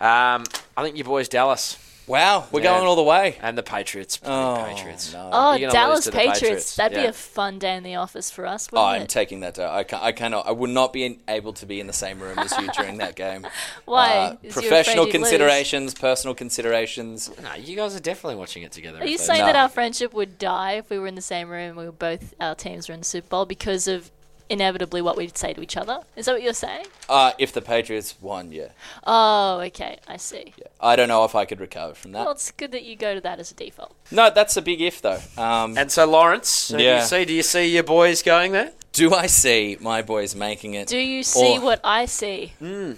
E: Um, I think your boys Dallas.
G: Wow, we're going all the way.
E: And the Patriots. Oh, Patriots.
F: Oh,
E: You're gonna lose
F: Dallas
E: to the
F: Patriots. That'd be
E: Yeah.
F: a fun day in the office for us, wouldn't
G: I'm
F: it?
G: taking that. down. I can I cannot. I would not be in, able to be in the same room as you during that game.
F: Why?
G: Uh,
F: Is you afraid
G: professional
F: you'd lose?
G: considerations, personal considerations.
E: No, you guys are definitely watching it together.
F: Are
E: if
F: you
E: they-
F: saying
G: No.
F: that our friendship would die if we were in the same room? and We were both our teams were in the Super Bowl because of inevitably what we'd say to each other. Is that what you're saying?
G: Uh, if the Patriots won, yeah.
F: Oh, okay, I see.
G: I don't know if I could recover from
F: Well,
G: that.
F: it's good that you go to that as a default.
G: No, that's a big if though. Um,
E: And so Lawrence, who do
G: Yeah.
E: you see? Do you see your boys going there?
G: do I see my boys making it?
F: Do you see
G: Or-
F: what I see? Oh,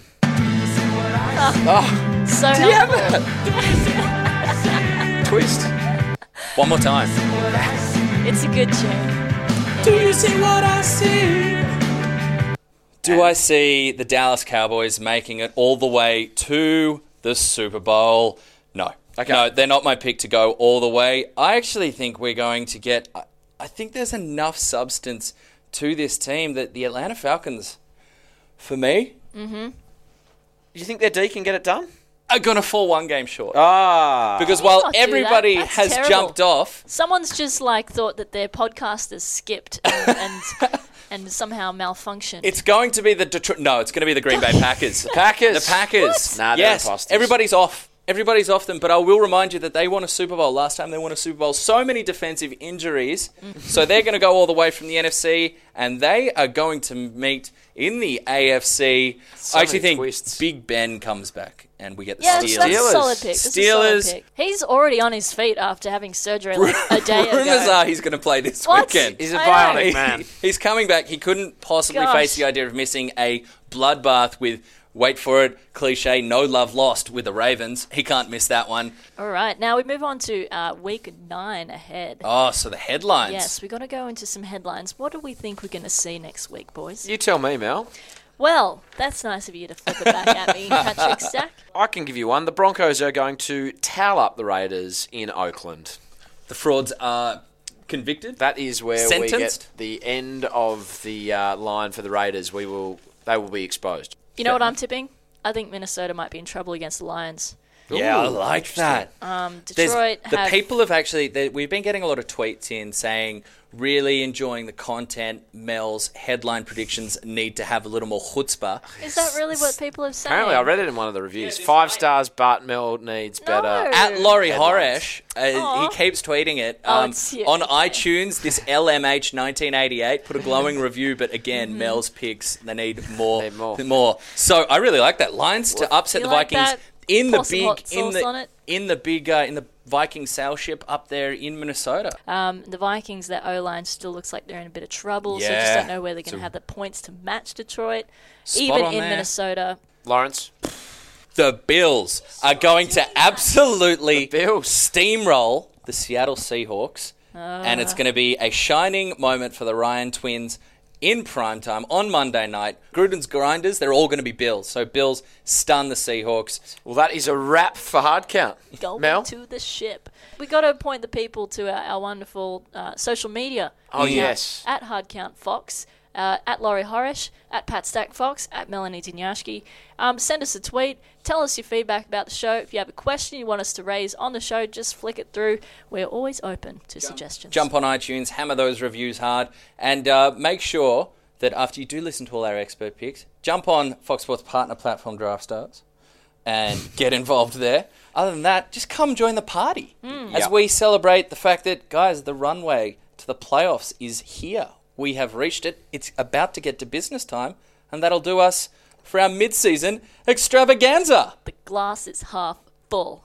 F: so helpful.
E: Twist.
G: One more time.
F: It's a good tune.
G: Do I see the Dallas Cowboys making it all the way to the Super Bowl? No.
E: Okay.
G: No, they're not my pick to go all the way. I actually think we're going to get. I- I think there's enough substance to this team that the Atlanta Falcons, for me,
E: Do you think their D can get it done?
G: are going to fall one game short.
E: Ah.
G: because while
F: Can't do that.
G: everybody
F: That's
G: has
F: terrible.
G: jumped off,
F: Someone's just like thought that their podcast is skipped and and, and somehow malfunctioned.
G: it's going to be the Detroit. No, it's going to be the Green Bay Packers.
E: Packers.
G: The Packers.
E: What? Nah, they're
G: yes.
E: imposters.
G: Everybody's off. Everybody's off them, but I will remind you that they won a Super Bowl last time. They won a Super Bowl. So many defensive injuries,
E: Mm-hmm.
G: so they're going to go all the way from the NFC, and they are going to meet in the AFC. I
E: many
G: actually think
E: twists.
G: Big Ben comes back, and we get the
F: Yeah, that's,
G: Steelers.
F: that's a solid pick. That's a
G: Steelers.
F: solid pick. He's already on his feet after having surgery like a day ago.
G: Rumors are he's going to play this
F: What?
G: weekend.
E: He's a
F: I know.
E: bionic man.
G: He's coming back. He couldn't possibly
F: Gosh.
G: face the idea of missing a bloodbath with, wait for it, cliche, no love lost with the Ravens. He can't miss that one.
F: All right, now we move on to uh, week nine ahead.
G: Oh, so the headlines.
F: Yes, we got to go into some headlines. What do we think we're going to see next week, boys?
E: You tell me, Mel.
F: Well, that's nice of you to flip it back at me, Patrick Stack.
E: I can give you one. The Broncos are going to towel up the Raiders in Oakland.
G: The frauds are convicted.
E: That is where we get
G: Sentenced?
E: the end of the uh, line for the Raiders. We will. They will be exposed.
F: You know what I'm tipping? I think Minnesota might be in trouble against the Lions.
G: yeah, I
E: Ooh,
G: like that.
F: Um,
G: There's-
F: Detroit
G: the
F: have
G: people have actually they, we've been getting a lot of tweets in saying really enjoying the content mel's headline predictions need to have a little more chutzpah
F: Is that really what people have said?
E: Apparently, I read it in one of the reviews. Five stars. Bart Mel needs better.
F: No.
G: at Laurie
E: Headlines.
G: Horesh, uh,
F: Aw.
G: he keeps tweeting it
F: Oh,
G: um,
F: it's you.
G: on
F: Okay.
G: iTunes. This LMH 1988 put a glowing review, but again,
F: Mm-hmm.
G: Mel's picks they need more,
E: Need more.
G: So I really like that Lions to upset
F: You
G: the
F: like
G: Vikings
F: that?
G: in the
F: Pour some
G: big
F: hot
G: in
F: sauce on
G: the
F: it?
G: in the big uh, in the Viking sail ship up there in Minnesota.
F: Um, the Vikings, their O line still looks like they're in a bit of trouble, so I just
G: Yeah.
F: don't know where they're going to have the points to match Detroit,
G: Spot
F: even
G: on
F: in
G: there.
F: Minnesota.
E: Lawrence.
G: The Bills are going to absolutely
E: Bills.
G: steamroll the Seattle Seahawks, and it's going to be a shining moment for the Ryan twins in prime time on Monday night. Gruden's grinders, they're all going to be Bills. So Bills stun the Seahawks.
E: Well, that is a wrap for hard count.
F: Go
E: Mel.
F: to the ship. We got to point the people to our, our wonderful uh, social media.
E: Oh,
F: account,
E: yes.
F: At Hard Count Fox, uh, at Laurie Horesh, at Pat Stack Fox, at Melanie Dinyashki. Um, send us a tweet. Tell us your feedback about the show. If you have a question you want us to raise on the show, just flick it through. We're always open to suggestions.
G: Jump on iTunes, hammer those reviews hard, and uh, make sure that after you do listen to all our expert picks, jump on Fox Sports partner platform Draft Stars and get involved there. Other than that, just come join the party as
E: Yep.
G: we celebrate the fact that, guys, the runway to the playoffs is here. We have reached it. It's about to get to business time, and that'll do us for our mid-season extravaganza.
F: The glass is half full.